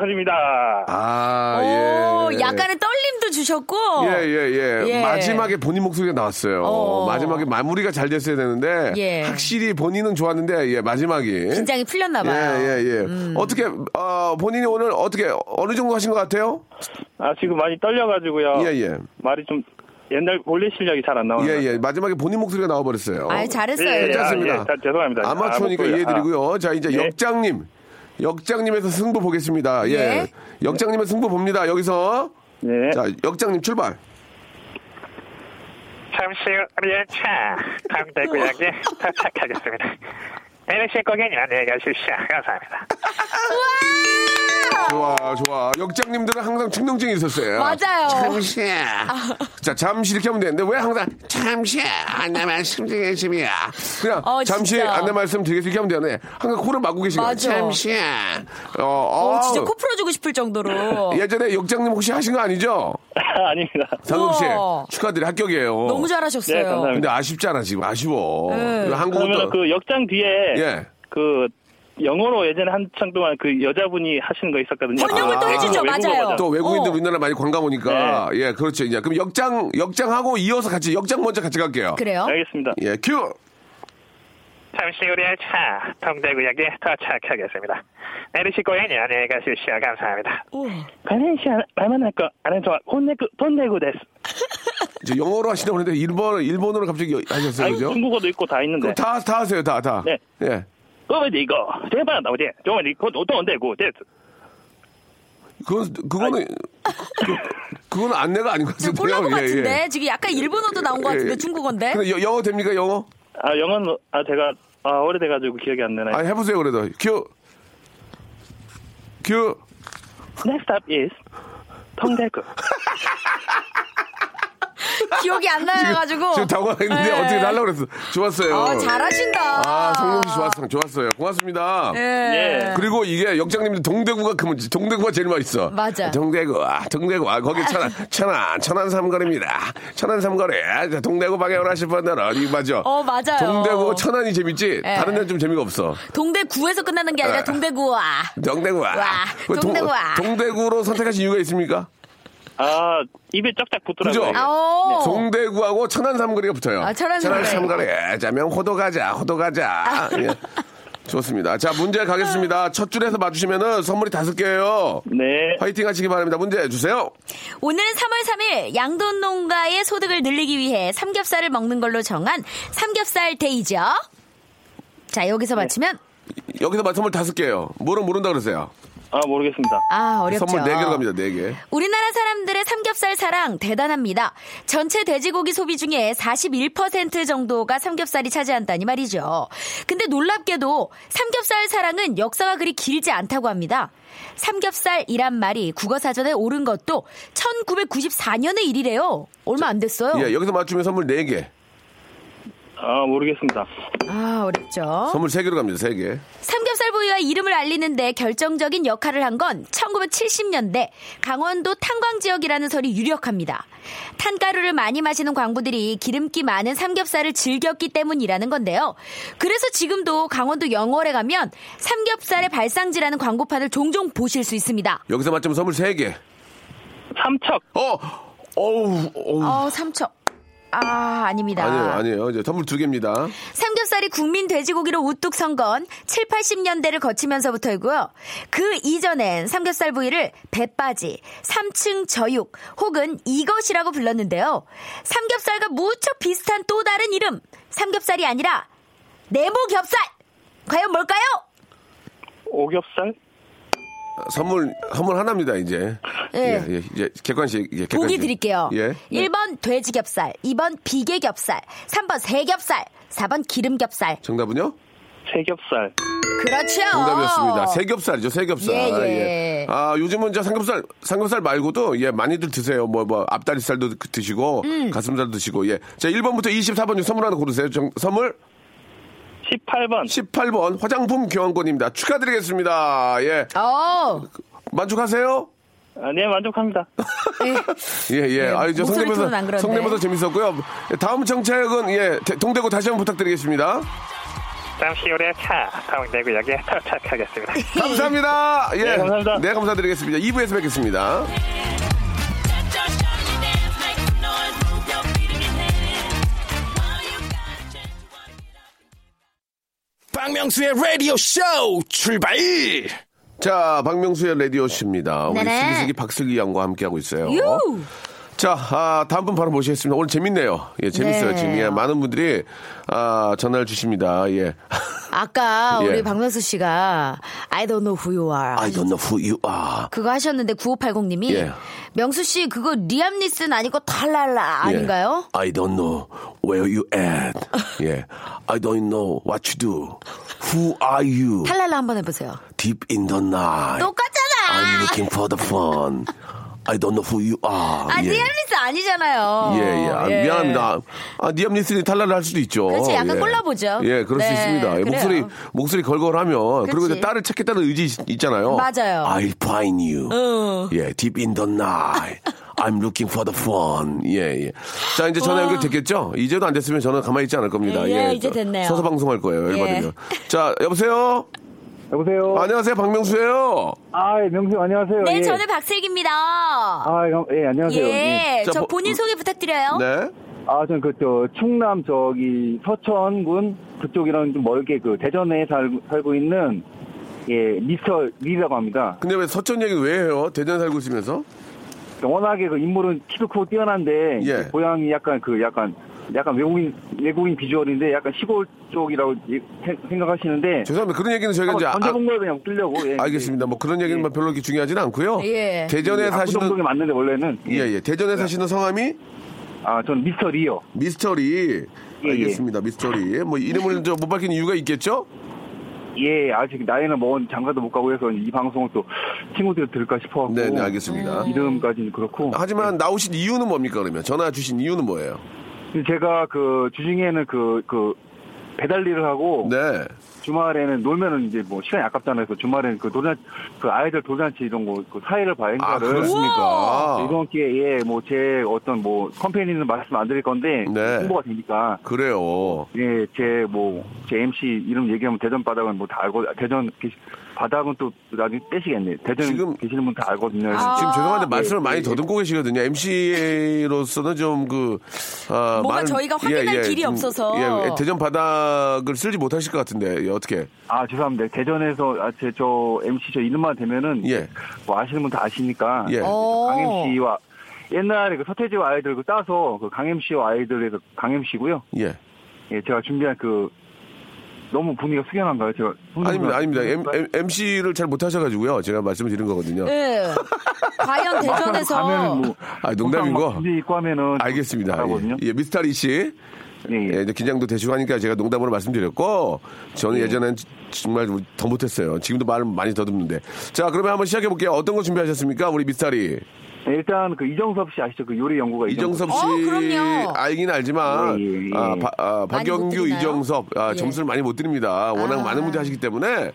Speaker 5: 드립니다.
Speaker 2: 아,
Speaker 4: 오,
Speaker 2: 예.
Speaker 4: 약간의 떨림도 주셨고.
Speaker 2: 예, 예, 예,
Speaker 4: 어. 예.
Speaker 2: 마지막에 본인 목소리가 나왔어요.
Speaker 4: 어.
Speaker 2: 마지막에 마무리가 잘 됐어야 되는데
Speaker 4: 예.
Speaker 2: 확실히 본인은 좋았는데 예, 마지막이
Speaker 4: 긴장이 풀렸나
Speaker 2: 예,
Speaker 4: 봐요. 음.
Speaker 2: 예, 예. 어떻게 어, 본인이 오늘 어떻게 어느 정도 하신 것 같아요?
Speaker 5: 아 지금 많이 떨려가지고요.
Speaker 2: 예, 예.
Speaker 5: 말이 좀 옛날 원래 실력이 잘 안 나와요.
Speaker 2: 예, 예. 마지막에 본인 목소리가 나와버렸어요.
Speaker 4: 아이, 잘했어요.
Speaker 2: 괜찮습니다.
Speaker 5: 아, 예, 다- 죄송합니다.
Speaker 2: 아마추어니까
Speaker 5: 아, 목소리.
Speaker 2: 이해드리고요. 자, 이제
Speaker 5: 예.
Speaker 2: 역장님. 역장님에서 승부 보겠습니다. 예.
Speaker 4: 예.
Speaker 2: 역장님의 승부 봅니다. 여기서.
Speaker 5: 네.
Speaker 2: 자, 역장님 출발.
Speaker 6: 잠시 후 열차 강대구역에 도착하겠습니다. NC 고객님 안녕히 가십시오. 감사합니다.
Speaker 2: 좋아, 좋아. 역장님들은 항상 충동증이 있었어요.
Speaker 4: 맞아요.
Speaker 2: 잠시. 자, 잠시 이렇게 하면 되는데 왜 항상 잠시 안내 말씀드리겠습니다. 그냥
Speaker 4: 어,
Speaker 2: 잠시
Speaker 4: 진짜.
Speaker 2: 안내 말씀드리겠습니다. 이렇게 하면 되는데 항상 코를 막고 계신 거예요.
Speaker 4: 맞아.
Speaker 2: 잠시. 어,
Speaker 4: 어,
Speaker 2: 어.
Speaker 4: 진짜 코 풀어주고 싶을 정도로.
Speaker 2: 예전에 역장님 혹시 하신 거 아니죠?
Speaker 5: 아닙니다.
Speaker 2: 상금 씨
Speaker 4: 우와.
Speaker 2: 축하드려 합격이에요.
Speaker 4: 너무
Speaker 5: 네,
Speaker 4: 잘하셨어요.
Speaker 5: 감사합니다.
Speaker 2: 근데 아쉽잖아 지금 아쉬워.
Speaker 4: 네.
Speaker 2: 한국은
Speaker 5: 그러면
Speaker 2: 또
Speaker 5: 그 역장 뒤에
Speaker 2: 예.
Speaker 5: 그 영어로 예전에 한창 동안 그 여자분이 하시는 거 있었거든요.
Speaker 4: 번역을 또
Speaker 5: 아,
Speaker 4: 해주죠.
Speaker 5: 외국어 네.
Speaker 4: 맞아요.
Speaker 5: 버전.
Speaker 2: 또 외국인들
Speaker 4: 어.
Speaker 2: 우리나라 많이 관광 오니까 예 그렇죠 이제 그럼 역장 역장하고 이어서 같이 역장 먼저 같이 갈게요.
Speaker 4: 그래요?
Speaker 5: 아, 알겠습니다.
Speaker 2: 예 큐.
Speaker 6: 잠시 후 열차 동대구역에 도착하겠습니다. NC 고객님 안녕히 가십시오. 감사합니다.
Speaker 5: 발렌시아 말만 할거 아래서 혼내고 돈내고 됐어.
Speaker 2: 이제 영어로 하시다 그랬는데 일본 일본어로 갑자기
Speaker 5: 아
Speaker 2: 하셨어요
Speaker 5: 이
Speaker 2: 그죠?
Speaker 5: 중국어도 있고 다 있는데.
Speaker 2: 그럼 다 다 하세요 다 다.
Speaker 5: 네.
Speaker 2: 예.
Speaker 5: 그거는 이거 대박 나오지. 정말 이거 돈내고 됐어.
Speaker 2: 그건 그거는 그, 건건 안내가 아닌 것 같은데요.
Speaker 4: 꼴난 것
Speaker 2: 예, 예.
Speaker 4: 같은데 네. 지금 약간 일본어도 나온 것 같은데
Speaker 2: 예.
Speaker 4: 중국어인데
Speaker 2: 근데 여- 영어 됩니까 영어?
Speaker 5: 아 영어는 아 제가 아 오래돼가지고 기억이 안 나네.
Speaker 2: 아 해보세요 그래도 큐 큐.
Speaker 5: Next up is 통대구.
Speaker 4: 기억이 안 나가지고
Speaker 2: 그 지금 당황했는데 어떻게 하려고 그랬어. 좋았어요.
Speaker 4: 아, 잘하신다.
Speaker 2: 아, 성룡 씨 좋았어. 좋았어요. 고맙습니다.
Speaker 4: 예.
Speaker 5: 예.
Speaker 2: 그리고 이게 역장님들 동대구가 그 문제, 동대구가 제일 맛있어.
Speaker 4: 맞아.
Speaker 2: 동대구, 아, 동대구, 아, 거기 천안, 천안, 천안 삼거리입니다. 천안 삼거리, 아, 자, 동대구 방향으로 하실 분들은 이 맞아.
Speaker 4: 어, 맞아요.
Speaker 2: 동대구 천안이 재밌지.
Speaker 4: 예.
Speaker 2: 다른 데는 좀 재미가 없어.
Speaker 4: 동대구에서 끝나는 게 아니라
Speaker 2: 예.
Speaker 4: 동대구와
Speaker 2: 동대구, 와.
Speaker 4: 와, 동대구, 와.
Speaker 2: 동대구로 선택하신 이유가 있습니까?
Speaker 5: 아 입에 쫙쫙 붙더라고요.
Speaker 2: 그죠?
Speaker 4: 아오
Speaker 2: 예. 동대구하고 천안 삼거리가 붙어요.
Speaker 4: 어. 아, 천안 삼거리. 아.
Speaker 2: 삼거리. 자면 호도 가자, 호도 가자. 예. 좋습니다. 자, 문제 가겠습니다. 첫 줄에서 맞추시면은 선물이 다섯 개예요.
Speaker 5: 네.
Speaker 2: 화이팅 하시기 바랍니다. 문제 주세요.
Speaker 4: 오늘은 3월 3일 양돈 농가의 소득을 늘리기 위해 삼겹살을 먹는 걸로 정한 삼겹살 데이죠 자
Speaker 2: 네.
Speaker 4: 여기서 맞히면
Speaker 2: 여기서 맞 선물 다섯 개예요. 뭐는 모른다 그러세요.
Speaker 5: 아 모르겠습니다.
Speaker 4: 아 어렵죠
Speaker 2: 선물 네 개로 갑니다. 네 개.
Speaker 4: 우리나라 사람들의 삼겹살 사랑 대단합니다. 전체 돼지고기 소비 중에 41% 정도가 삼겹살이 차지한다니 말이죠. 근데 놀랍게도 삼겹살 사랑은 역사가 그리 길지 않다고 합니다. 삼겹살이란 말이 국어 사전에 오른 것도 1994년의 일이래요. 얼마 안 됐어요.
Speaker 2: 예, 여기서 맞추면 선물 네 개.
Speaker 5: 아 모르겠습니다.
Speaker 4: 아, 어렵죠.
Speaker 2: 선물 세 개로 갑니다. 세 개.
Speaker 4: 삼겹살 부위와 이름을 알리는데 결정적인 역할을 한 건 1970년대 강원도 탄광 지역이라는 설이 유력합니다. 탄가루를 많이 마시는 광부들이 기름기 많은 삼겹살을 즐겼기 때문이라는 건데요. 그래서 지금도 강원도 영월에 가면 삼겹살의 발상지라는 광고판을 종종 보실 수 있습니다.
Speaker 2: 여기서 맞추면 선물 세 개.
Speaker 5: 삼척.
Speaker 2: 어, 어우, 어우.
Speaker 4: 어, 삼척. 아, 아닙니다.
Speaker 2: 음. 아니에요, 아니에요. 이제 선물 두 개입니다.
Speaker 4: 삼겹살이 국민 돼지고기로 우뚝 선 건 7, 80년대를 거치면서부터이고요. 그 이전엔 삼겹살 부위를 배바지, 3층 저육 혹은 이것이라고 불렀는데요. 삼겹살과 무척 비슷한 또 다른 이름. 삼겹살이 아니라 네모겹살. 과연 뭘까요?
Speaker 5: 오겹살.
Speaker 2: 선물, 선물 하나입니다, 이제.
Speaker 4: 예.
Speaker 2: 예, 예. 객관식, 예, 객관식.
Speaker 4: 보기 드릴게요.
Speaker 2: 예.
Speaker 4: 1번 돼지겹살, 2번 비계겹살, 3번 새겹살, 4번 기름겹살.
Speaker 2: 정답은요?
Speaker 5: 세겹살.
Speaker 4: 그렇죠.
Speaker 2: 정답이었습니다. 삼겹살이죠, 삼겹살.
Speaker 4: 예, 예.
Speaker 2: 아, 요즘은 저 삼겹살, 삼겹살 말고도, 예, 많이들 드세요. 뭐, 뭐, 앞다리살도 그- 드시고,
Speaker 4: 음.
Speaker 2: 가슴살도 드시고, 예. 자, 1번부터 24번 중 선물 하나 고르세요. 정- 선물
Speaker 5: 18번.
Speaker 2: 18번 화장품 교환권입니다. 축하드리겠습니다. 예.
Speaker 4: 어,
Speaker 2: 만족하세요?
Speaker 5: 아, 네, 만족합니다.
Speaker 4: 예.
Speaker 2: 예, 예.
Speaker 4: 네,
Speaker 2: 아, 이제
Speaker 4: 목소리 톤은 안
Speaker 2: 성대모사,
Speaker 4: 그런데.
Speaker 2: 성대모사 재밌었고요. 다음 정착은, 예, 대- 동대구 다시 한번 부탁드리겠습니다.
Speaker 6: 잠시 후에 차 강원대구역에 도착하겠습니다.
Speaker 2: 감사합니다. 예.
Speaker 5: 네, 감사합니다.
Speaker 2: 네, 감사드리겠습니다. 2부에서 뵙겠습니다.
Speaker 1: 박명수의 라디오 쇼 출발!
Speaker 2: 자, 박명수의 라디오씨입니다. 우리
Speaker 4: 네네.
Speaker 2: 슬기슬기 박슬기 양과 함께하고 있어요.
Speaker 4: 유!
Speaker 2: 자, 아, 다음 분 바로 모시겠습니다. 오늘 재밌네요. 예, 재밌어요.
Speaker 4: 네.
Speaker 2: 지금 예, 많은 분들이 아, 전화를 주십니다. 예.
Speaker 4: 아까
Speaker 2: 예.
Speaker 4: 우리 박명수 씨가 I don't know who you are.
Speaker 2: I don't know who you are.
Speaker 4: 그거 하셨는데 9580님이
Speaker 2: 예.
Speaker 4: 명수 씨 그거 리암 니슨 아니고 탈랄라
Speaker 2: 예.
Speaker 4: 아닌가요?
Speaker 2: I don't know where you at. 예. I don't know what you do. Who are you?
Speaker 4: 탈랄라 한번 해보세요.
Speaker 2: Deep in the night. I'm
Speaker 4: 똑같잖아.
Speaker 2: looking for the fun. I don't know who you are.
Speaker 4: 아
Speaker 2: 예.
Speaker 4: 리암 니슨 아니잖아요.
Speaker 2: 예, 예. 아,
Speaker 4: 예.
Speaker 2: 미안합니다. 아, 니암 니슨이 탈락을 할 수도 있죠.
Speaker 4: 그렇지, 약간
Speaker 2: 예.
Speaker 4: 콜라보죠.
Speaker 2: 예, 그럴 수
Speaker 4: 네,
Speaker 2: 있습니다. 예,
Speaker 4: 그래요.
Speaker 2: 목소리, 목소리 걸걸하면. 그리고 이제
Speaker 4: 그렇지.
Speaker 2: 딸을 찾겠다는 의지 있- 있잖아요.
Speaker 4: 맞아요. 어.
Speaker 2: I'll find you. 예, deep in the night. I'm looking for the fun. 예, 예. 자, 이제 전화 연결 됐겠죠? 이제도 안 됐으면 저는 가만히 있지 않을 겁니다.
Speaker 4: 예,
Speaker 2: 예.
Speaker 4: 이제 됐네요.
Speaker 2: 서서 방송할 거예요.
Speaker 4: 예.
Speaker 2: 열받으면. 자, 여보세요?
Speaker 5: 여보세요?
Speaker 2: 안녕하세요. 박명수예요.
Speaker 5: 아, 예, 명수 안녕하세요.
Speaker 4: 네,
Speaker 5: 예.
Speaker 4: 저는 박슬기입니다.
Speaker 5: 아, 예, 예, 안녕하세요.
Speaker 4: 예,
Speaker 2: 자,
Speaker 4: 저
Speaker 2: 뭐-
Speaker 4: 본인 소개 부탁드려요.
Speaker 2: 네.
Speaker 5: 아, 저는 그, 저, 충남, 저기, 서천군, 그쪽이랑 좀 멀게, 그, 대전에 살, 살고 있는, 예, 미스터 리라고 합니다.
Speaker 2: 근데 왜 서천 얘기 왜 해요? 대전 살고 있으면서?
Speaker 5: 워낙에 그 인물은 키도 크고 뛰어난데,
Speaker 2: 예.
Speaker 5: 그 고향이 약간 그, 약간, 약간 외국인, 외국인 비주얼인데, 약간 시골 쪽이라고 이- 생- 생각하시는데,
Speaker 2: 죄송합니다. 그런 얘기는 저희가 이제
Speaker 5: 한번
Speaker 2: 아-
Speaker 5: 던져본 걸 그냥 끌려고, 예.
Speaker 2: 알겠습니다. 뭐 그런 얘기는
Speaker 5: 예.
Speaker 2: 별로 이렇게 중요하진 않고요.
Speaker 4: 네. 예.
Speaker 2: 대전에
Speaker 5: 압구정동에
Speaker 2: 사시는
Speaker 5: 맞는데, 원래는. 그러니까
Speaker 2: 예, 예. 대전에 사시는 성함이
Speaker 5: 아, 저는 미스터 리요.
Speaker 2: 미스터리.
Speaker 5: 예, 예.
Speaker 2: 알겠습니다. 미스터리. 뭐 이름을 저 못 밝힌 이유가 있겠죠?
Speaker 5: 예, 아직 나이는 먹은 장가도 못 가고 해서 이 방송을 또 친구들이 들을까 싶어갖고.
Speaker 2: 네, 네, 알겠습니다.
Speaker 5: 음, 이름까지는 그렇고.
Speaker 2: 하지만 나오신 이유는 뭡니까 그러면? 전화 주신 이유는 뭐예요?
Speaker 5: 제가 그 주중에는 그, 그, 배달 일을 하고
Speaker 2: 네.
Speaker 5: 주말에는 놀면은 이제 뭐 시간이 아깝잖아요. 그래서 주말에는 그 돌잔 그 아이들 돌잔치 이런 거그 사회를 봐요
Speaker 2: 아
Speaker 5: 행사를
Speaker 2: 그렇습니까?
Speaker 5: 이번 기회에 뭐 제 어떤 뭐 컴페니는 말씀 안 드릴 건데
Speaker 2: 네.
Speaker 5: 홍보가 되니까
Speaker 2: 그래요.
Speaker 5: 예, 제 뭐 제 MC 이름 얘기하면 대전 바닥은 뭐 다 알고 대전 계시, 바닥은 또 나중에 떼시겠네. 대전
Speaker 2: 지금-
Speaker 5: 계시는 분 다 알거든요.
Speaker 4: 아.
Speaker 2: 지금 죄송한데 말씀을
Speaker 5: 예,
Speaker 2: 많이
Speaker 5: 예.
Speaker 2: 더듬고 계시거든요. MC로서는 좀 그, 아,
Speaker 4: 뭔가 저희가 확인할 길이
Speaker 2: 좀,
Speaker 4: 없어서.
Speaker 2: 예, 대전 바닥을 쓸지 못하실 것 같은데, 예, 어떻게.
Speaker 5: 아 죄송합니다. 대전에서 아, 제, 저 MC 저 이름만 되면은
Speaker 2: 예.
Speaker 5: 뭐 아시는 분 다 아시니까 그
Speaker 2: 예.
Speaker 4: 어.
Speaker 5: 강MC와 옛날에 그 서태지와 아이들 그 따서 그 강MC와 아이들에서 강MC고요.
Speaker 2: 예.
Speaker 5: 예, 제가 준비한 그 너무 분위기가 숙연한가요? 제가 음.
Speaker 2: 아닙니다, 아닙니다. MC를 잘 못하셔가지고요. 제가 말씀을 드린 거거든요.
Speaker 4: 예. 과연 대전에서
Speaker 5: 아, 가면은 뭐
Speaker 2: 아, 농담이고.
Speaker 5: 분위 있고 하면은
Speaker 2: 알겠습니다.
Speaker 5: 잘하거든요.
Speaker 2: 예, 예, 미스터리 씨.
Speaker 5: 예, 예.
Speaker 2: 예, 이제 긴장도 되시고 하니까 제가 농담으로 말씀드렸고, 저는 예전엔 지- 정말 우리 더 못했어요. 지금도 말을 많이 더듬는데. 자, 그러면 한번 시작해볼게요. 어떤 거 준비하셨습니까? 우리 미스터리.
Speaker 5: 네, 일단 그 이정섭 씨 아시죠? 그 요리 연구가
Speaker 2: 이정섭 씨.
Speaker 4: 어, 그럼요.
Speaker 2: 알긴 알지만,
Speaker 5: 예, 예, 예.
Speaker 2: 아, 바- 아,
Speaker 4: 많이 못
Speaker 2: 박영규,
Speaker 4: 드리나요?
Speaker 2: 이정섭. 아,
Speaker 4: 예.
Speaker 2: 점수를 많이 못 드립니다. 워낙
Speaker 4: 아.
Speaker 2: 많은 분들이 하시기 때문에.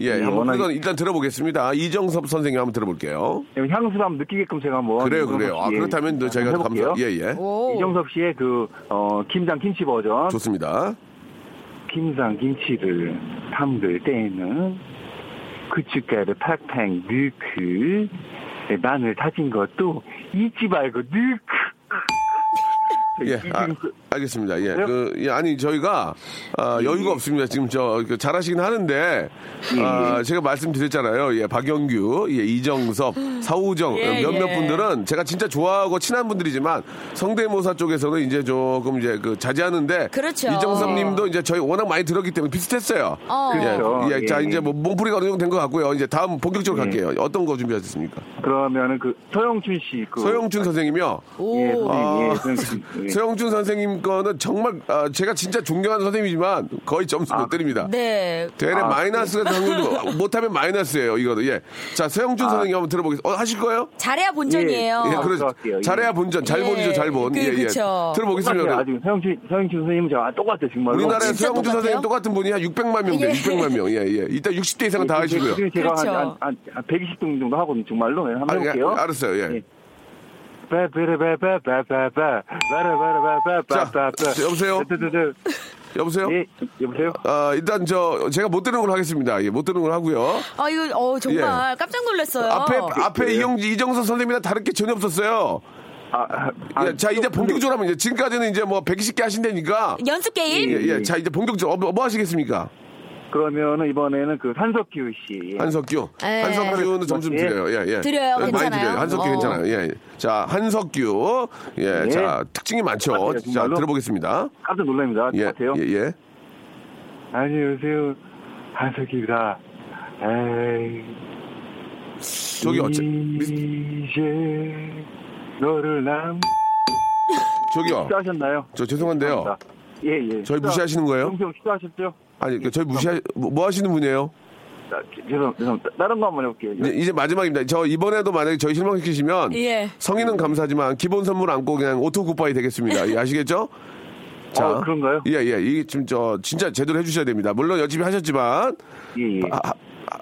Speaker 2: 예, 한번
Speaker 5: 워낙-
Speaker 2: 그건 일단 들어보겠습니다. 이정섭 선생님 한번 들어볼게요.
Speaker 5: 이정섭 향수감 느끼게끔 제가 한번
Speaker 2: 그래요,
Speaker 5: 어, 이정섭
Speaker 2: 그래요. 아,
Speaker 5: 씨의 예.
Speaker 2: 그렇다면 또
Speaker 5: 한번
Speaker 2: 저희가
Speaker 5: 해볼게요.
Speaker 2: 감사. 예, 예.
Speaker 4: 오.
Speaker 5: 이정섭 씨의 그 어, 김장 김치 버전.
Speaker 2: 좋습니다.
Speaker 5: 김장 김치를 담글 때에는 고춧가루 팍팍 넣고 네, 마늘 다진 것도 잊지 말고 넣고
Speaker 2: 예, 아, 알겠습니다. 예,
Speaker 5: 그래요? 예.
Speaker 2: 그, 예, 아니 저희가 아, 여유가 없습니다. 지금 저그 잘하시긴 하는데 아, 제가 말씀드렸잖아요. 예, 박영규, 예, 이정섭, 사우정
Speaker 4: 예,
Speaker 2: 몇몇
Speaker 4: 예.
Speaker 2: 분들은 제가 진짜 좋아하고 친한 분들이지만 성대모사 쪽에서는 이제 조금 이제 그 자제하는데
Speaker 4: 그렇죠.
Speaker 2: 이정섭님도 이제 저희 워낙 많이 들었기 때문에 비슷했어요.
Speaker 4: 어.
Speaker 5: 그렇죠.
Speaker 2: 예, 예, 자
Speaker 5: 예, 예.
Speaker 2: 이제 뭐 몸풀이가 어느 정도 된 것 같고요. 이제 다음 본격적으로 갈게요. 어떤 거 준비하셨습니까?
Speaker 5: 그러면은 그 서영춘 씨그
Speaker 2: 서영준 선생님이요.
Speaker 4: 오.
Speaker 5: 예, 선생님,
Speaker 2: 아.
Speaker 5: 예, 선생님. 예.
Speaker 2: 서영준 선생님 거는 정말 아, 제가 진짜 존경하는 선생님이지만 거의 점수 못 드립니다.
Speaker 4: 네.
Speaker 2: 대략 마이너스가 당근도 못하면 마이너스예요 이거는 예. 자 서영준 선생님 한번 들어보겠습니다. 어, 하실 거예요?
Speaker 4: 잘해야 본전이에요.
Speaker 5: 예,
Speaker 2: 예,
Speaker 5: 아,
Speaker 2: 그래서
Speaker 5: 들어갈게요. 예.
Speaker 2: 잘해야 본전, 잘본이죠
Speaker 4: 예,
Speaker 2: 잘본.
Speaker 4: 그,
Speaker 2: 예, 예.
Speaker 4: 그쵸.
Speaker 2: 들어보겠습니다.
Speaker 5: 똑같아요. 아주 서영준 서영준 선생님 저랑 똑같아요 정말로.
Speaker 2: 우리나라에
Speaker 4: 진짜
Speaker 2: 서영준
Speaker 4: 똑같아요?
Speaker 2: 선생님 똑같은 분이 한 600만 명 돼요.
Speaker 4: 예.
Speaker 2: 600만 명. 예, 예. 일단 60대 이상은 다 하시고요.
Speaker 5: 지금 제가
Speaker 4: 그렇죠.
Speaker 5: 한한 120등 정도 하거든요 정말로. 네,
Speaker 2: 아,
Speaker 5: 한번
Speaker 2: 예,
Speaker 5: 해볼게요.
Speaker 2: 알았어요. 예.
Speaker 5: 예. 빠바라바라바바바바바바바바바.
Speaker 2: 자, 여보세요? 여보세요?
Speaker 5: 예, 여보세요?
Speaker 2: 아, 일단 저 제가 못 들은 걸 하겠습니다. 예, 못 들은 걸 하고요.
Speaker 4: 아, 이거, 어, 정말 깜짝 놀랐어요.
Speaker 2: 예. 앞에 앞에 이영지 이정선 선생님이랑 다를 게 전혀 없었어요.
Speaker 5: 아, 아, 아,
Speaker 2: 예, 자, 이제 본격적으로 하면 이제 지금까지는 이제 뭐 120개 하신다니까.
Speaker 4: 연습 게임?
Speaker 2: 예, 예. 자, 이제 본격적으로 어, 뭐, 뭐 하시겠습니까?
Speaker 5: 그러면은 이번에는 그 한석규 씨. 예.
Speaker 2: 한석규.
Speaker 4: 예.
Speaker 2: 한석규는 점수
Speaker 5: 예.
Speaker 2: 드려요. 예, 예.
Speaker 4: 드려요.
Speaker 2: 많이
Speaker 4: 괜찮아요.
Speaker 2: 드려요. 한석규
Speaker 4: 어.
Speaker 2: 괜찮아요. 예. 예. 자, 한석규. 예,
Speaker 5: 예.
Speaker 2: 자, 특징이 많죠.
Speaker 5: 맞아요,
Speaker 2: 자,
Speaker 5: 정말로.
Speaker 2: 들어보겠습니다.
Speaker 5: 깜짝 놀랍니다.
Speaker 2: 예,
Speaker 5: 똑같아요. 아,
Speaker 2: 예, 예.
Speaker 5: 안녕하세요. 한석규입니다. 에이,
Speaker 2: 저기 어째
Speaker 5: 음. 이제 너를 남.
Speaker 2: 저기요.
Speaker 5: 식사하셨나요?
Speaker 2: 저 죄송한데요.
Speaker 5: 감사합니다. 예, 예.
Speaker 2: 어. 저희 무시하시는 거예요?
Speaker 5: 동생 식사하셨죠?
Speaker 2: 아니, 그 저희 무시하 뭐, 뭐 하시는 분이에요?
Speaker 5: 자, 죄송, 죄송. 다른 거 한번 해볼게요.
Speaker 2: 이제, 이제 마지막입니다. 저 이번에도 만약에 저희 실망시키시면
Speaker 4: 예.
Speaker 2: 성인은 감사하지만 기본 선물 안고 그냥 오토 굿바이 되겠습니다. 예, 아시겠죠?
Speaker 5: 어, 그런가요?
Speaker 2: 예, 예. 이게 지금 저 진짜 제대로 해주셔야 됩니다. 물론 여집이 하셨지만
Speaker 5: 예, 예.
Speaker 2: 아, 아,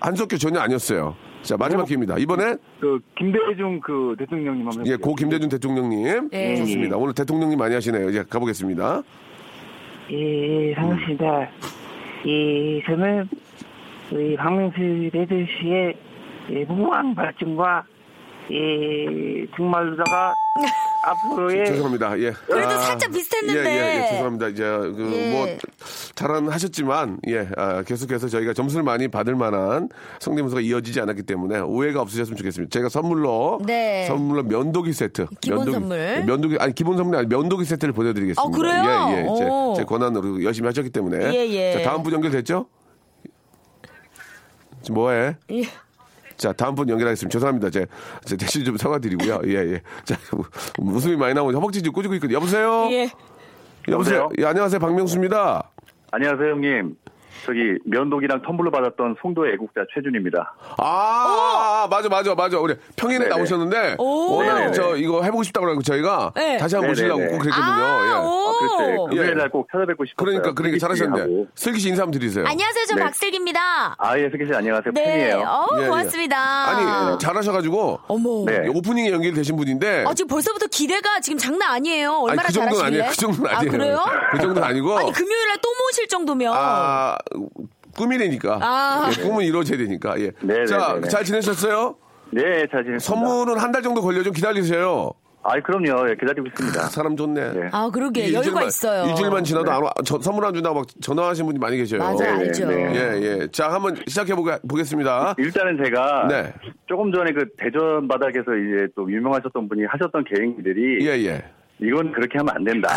Speaker 2: 한석규 전혀 아니었어요. 자 마지막 기회입니다. 이번에
Speaker 5: 그 김대중 그 대통령님 한번
Speaker 2: 예,
Speaker 5: 해볼게요.
Speaker 2: 고 김대중 대통령님
Speaker 4: 예.
Speaker 2: 좋습니다. 오늘 대통령님 많이 하시네요. 이제 가보겠습니다.
Speaker 7: 예,
Speaker 2: 음.
Speaker 7: 상식입니다. 예, 저는 우리 박명수 레드씨의 예, 무한 발전과 예, 정말로다가 앞으로의
Speaker 2: 죄송합니다. 예.
Speaker 4: 그래도
Speaker 2: 아,
Speaker 4: 살짝 비슷했는데.
Speaker 2: 예, 예, 예, 죄송합니다. 이제 그
Speaker 4: 예.
Speaker 2: 뭐 잘은 하셨지만 예, 아, 계속해서 저희가 점수를 많이 받을 만한 성대모사가 이어지지 않았기 때문에 오해가 없으셨으면 좋겠습니다. 제가 선물로
Speaker 4: 네.
Speaker 2: 선물로 면도기 세트,
Speaker 4: 기본 선물.
Speaker 2: 면도기 아니 기본 선물이 아니 면도기 세트를 보내드리겠습니다.
Speaker 4: 아, 그래요?
Speaker 2: 예, 예, 제,
Speaker 4: 오.
Speaker 2: 제 권한으로 열심히 하셨기 때문에.
Speaker 4: 예, 예.
Speaker 2: 자, 다음 분 연결됐죠? 지금 뭐해?
Speaker 4: 예.
Speaker 2: 자, 다음 분 연결하겠습니다. 죄송합니다. 제, 제 대신 좀 사과드리고요. 예, 예. 자, 웃음이 많이 나오고 허벅지 좀 꼬집고 있거든요. 여보세요?
Speaker 4: 예.
Speaker 2: 여보세요?
Speaker 8: 여보세요?
Speaker 2: 예, 안녕하세요. 박명수입니다.
Speaker 8: 안녕하세요, 형님. 저기 면도기랑 텀블러 받았던 송도의 애국자 최준입니다.
Speaker 2: 아, 맞아, 맞아, 맞아. 우리 평일에
Speaker 8: 네네.
Speaker 2: 나오셨는데,
Speaker 4: 어! 오.
Speaker 2: 워낙
Speaker 8: 네네네.
Speaker 2: 저 이거 해보고 싶다고 그래고 저희가
Speaker 4: 네.
Speaker 2: 다시 한번
Speaker 8: 네네네.
Speaker 2: 보시려고 꼭
Speaker 4: 아,
Speaker 2: 그랬거든요. 예.
Speaker 4: 오.
Speaker 2: 예.
Speaker 8: 그때 금요일 날꼭 찾아뵙고 싶었어요.
Speaker 2: 그러니까, 그러니까 잘하셨는데.
Speaker 8: 하고.
Speaker 2: 슬기 씨 인사 한번 드리세요.
Speaker 4: 안녕하세요. 저
Speaker 8: 네.
Speaker 4: 박슬기입니다.
Speaker 8: 아, 예, 승기 씨 안녕하세요.
Speaker 4: 네.
Speaker 8: 팬이에요.
Speaker 4: 어,
Speaker 2: 예, 예.
Speaker 4: 고맙습니다.
Speaker 2: 아니, 잘하셔가지고,
Speaker 4: 어머.
Speaker 8: 네.
Speaker 2: 오프닝에 연결되신 분인데,
Speaker 4: 아, 지금 벌써부터 기대가 지금 장난 아니에요. 얼마나
Speaker 2: 아니, 그 정도는
Speaker 4: 잘하시길래?
Speaker 2: 아니에요. 그 정도는 아니에요.
Speaker 4: 아, 그래요?
Speaker 2: 그 정도는 아니고,
Speaker 4: 아니, 금요일 날 또 모실 정도면.
Speaker 2: 아, 꿈이래니까.
Speaker 4: 아.
Speaker 2: 예, 꿈은 이루어져야 되니까. 예.
Speaker 8: 네네네네.
Speaker 2: 자, 잘 지내셨어요?
Speaker 8: 네, 잘 지냈습니다.
Speaker 2: 선물은 한 달 정도 걸려 좀 기다리세요.
Speaker 8: 아, 그럼요. 예, 기다리고 있습니다.
Speaker 2: 사람 좋네.
Speaker 8: 네.
Speaker 4: 아, 그러게.
Speaker 2: 이
Speaker 4: 여유가
Speaker 2: 일주일만-
Speaker 4: 있어요.
Speaker 2: 일주일만 지나도 안 와, 저- 선물 안 준다고 막 전화하신 분이 많이 계셔요.
Speaker 4: 맞아,
Speaker 8: 네,
Speaker 4: 알죠.
Speaker 8: 네.
Speaker 2: 예, 예. 자, 한번 시작해 보겠습니다.
Speaker 8: 일단은 제가
Speaker 2: 네.
Speaker 8: 조금 전에 그 대전 바닥에서 이제 또 유명하셨던 분이 하셨던 개인기들이
Speaker 2: 예, 예.
Speaker 8: 이건 그렇게 하면 안 된다.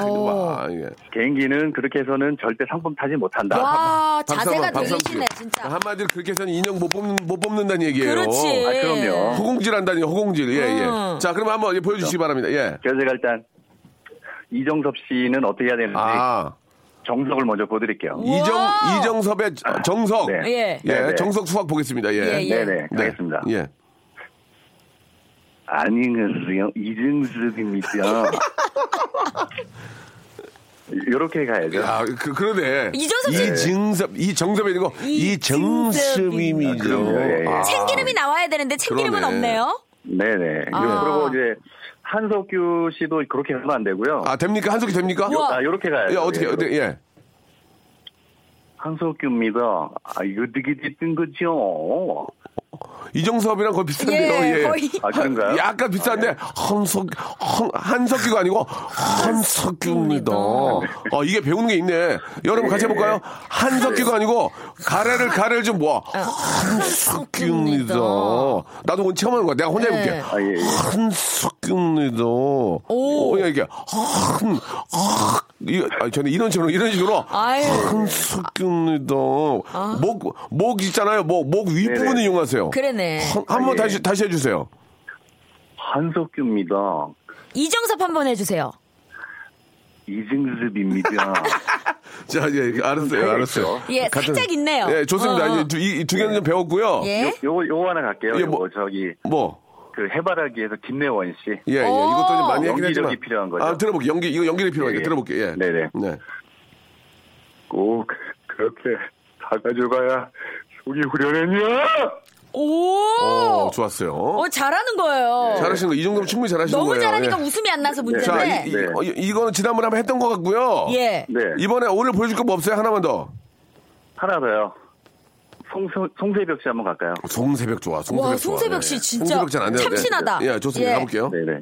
Speaker 4: 어.
Speaker 2: 와, 예.
Speaker 8: 개인기는 그렇게 해서는 절대 상품 타지 못한다.
Speaker 4: 와,
Speaker 2: 박수
Speaker 4: 아, 자세가
Speaker 2: 한번, 박수
Speaker 4: 되게
Speaker 2: 한번
Speaker 4: 심해,
Speaker 2: 주세요.
Speaker 4: 진짜.
Speaker 2: 한마디로 그렇게 해서는 인형 못, 뽑는, 못 뽑는다는 얘기예요.
Speaker 4: 그렇지.
Speaker 8: 아, 그럼요.
Speaker 2: 허공질 한다니, 허공질. 예,
Speaker 4: 음.
Speaker 2: 예. 자, 그럼 한번 보여주시기 바랍니다. 예.
Speaker 8: 그래서 제가 일단 이정섭 씨는 어떻게 해야 되는지
Speaker 2: 아.
Speaker 8: 정석을 먼저 보여드릴게요.
Speaker 2: 이정
Speaker 4: 우와.
Speaker 2: 이정섭의 정석.
Speaker 8: 네.
Speaker 4: 예.
Speaker 2: 예,
Speaker 8: 네, 네.
Speaker 2: 정석 수학 보겠습니다. 예.
Speaker 4: 예, 예.
Speaker 8: 네네, 가겠습니다.
Speaker 2: 예.
Speaker 8: 안녕하세요, 이정섭입니다. 이렇게 가야죠.
Speaker 2: 아, 그, 그러네.
Speaker 4: 이정섭 씨.
Speaker 2: 이정섭, 이정섭이 아니고,
Speaker 4: 이-
Speaker 2: 이정섭입니다.
Speaker 8: 그럼요, 예, 예.
Speaker 2: 아,
Speaker 4: 챙기름이 나와야 되는데 챙기름은
Speaker 2: 그러네.
Speaker 4: 없네요.
Speaker 8: 네네. 예,
Speaker 4: 아.
Speaker 8: 그리고 이제 한석규 씨도 그렇게 하면 안 되고요.
Speaker 2: 아, 됩니까? 한석이 됩니까?
Speaker 4: 우와.
Speaker 8: 아, 이렇게 가야죠.
Speaker 2: 예, 어떻게,
Speaker 8: 예,
Speaker 2: 어떻게, 예.
Speaker 8: 한석규입니다. 아, 이거 어떻게 됐든 거죠?
Speaker 2: 이정섭이랑 거의 비슷한데요,
Speaker 4: 예,
Speaker 2: 예.
Speaker 4: 거의.
Speaker 8: 아, 그런가요? 아, 예.
Speaker 2: 약간 비슷한데, 한석, 한, 한석규가 아니고, 한석규입니다. 어, 이게 배우는 게 있네. 여러분
Speaker 8: 예,
Speaker 2: 같이 해볼까요? 한석규가 아니고, 가래를, 가래를 좀 모아. 한석규입니다. 나도 오늘 체험하는 거야. 내가 혼자
Speaker 4: 네.
Speaker 2: 해볼게.
Speaker 8: 아, 예, 예.
Speaker 2: 한석규입니다.
Speaker 4: 오.
Speaker 2: 오. 어, 야, 이게, 한, 아, 이, 아, 저는 이런 식으로, 이런 식으로.
Speaker 4: 아유. 아.
Speaker 2: 한석규입니다. 목, 목 있잖아요. 목, 목 윗부분을
Speaker 8: 네네.
Speaker 2: 이용하세요.
Speaker 4: 그러네.
Speaker 2: 한 번
Speaker 8: 예.
Speaker 2: 다시 다시 해주세요.
Speaker 8: 한석규입니다.
Speaker 4: 이정섭 한번 해주세요.
Speaker 8: 이승습입니다.
Speaker 2: 자, 예, 알았어요,
Speaker 8: 아,
Speaker 2: 알았어요.
Speaker 4: 예, 살짝 있네요.
Speaker 2: 예, 좋습니다.
Speaker 4: 어.
Speaker 2: 이제 두- 이, 이두 개는 좀 배웠고요.
Speaker 4: 예?
Speaker 8: 요, 요거 요거 하나 갈게요.
Speaker 2: 예,
Speaker 8: 요거 저기
Speaker 2: 뭐?
Speaker 8: 그 해바라기에서 김래원 씨.
Speaker 2: 예, 예, 이것도 좀 많이 하긴
Speaker 8: 연기력이
Speaker 2: 했지만.
Speaker 8: 필요한 거죠.
Speaker 2: 아, 들어볼게요. 연기, 이거 연기력이 필요하니까
Speaker 8: 예, 예.
Speaker 2: 들어볼게요. 예.
Speaker 8: 네네.
Speaker 2: 네.
Speaker 8: 꼭 그렇게 다 가져가야 속이 후련했냐?
Speaker 4: 오!
Speaker 2: 어, 좋았어요.
Speaker 4: 어, 잘하는 거예요.
Speaker 2: 잘하시는 거, 이 정도면 충분히 잘하시는
Speaker 4: 너무
Speaker 2: 거예요.
Speaker 4: 잘하니까
Speaker 2: 예.
Speaker 4: 웃음이 안 나서
Speaker 2: 자,
Speaker 4: 문제인데.
Speaker 2: 이, 이, 어, 이- 이거는 지난번에 한번 했던 것 같고요.
Speaker 4: 예.
Speaker 8: 네.
Speaker 2: 이번에 오늘 보여줄 거 뭐 없어요? 하나만 더.
Speaker 8: 하나 더요. 송, 송세벽 씨 한번 갈까요?
Speaker 2: 뭐 송새벽 좋아. 송새벽
Speaker 4: 와,
Speaker 2: 좋아.
Speaker 4: 송새벽 씨
Speaker 2: 네.
Speaker 4: 진짜
Speaker 2: 송새벽 잘안 되는데.
Speaker 4: 참신하다.
Speaker 2: 예, 좋습니다.
Speaker 4: 예.
Speaker 2: 가볼게요.
Speaker 8: 네네.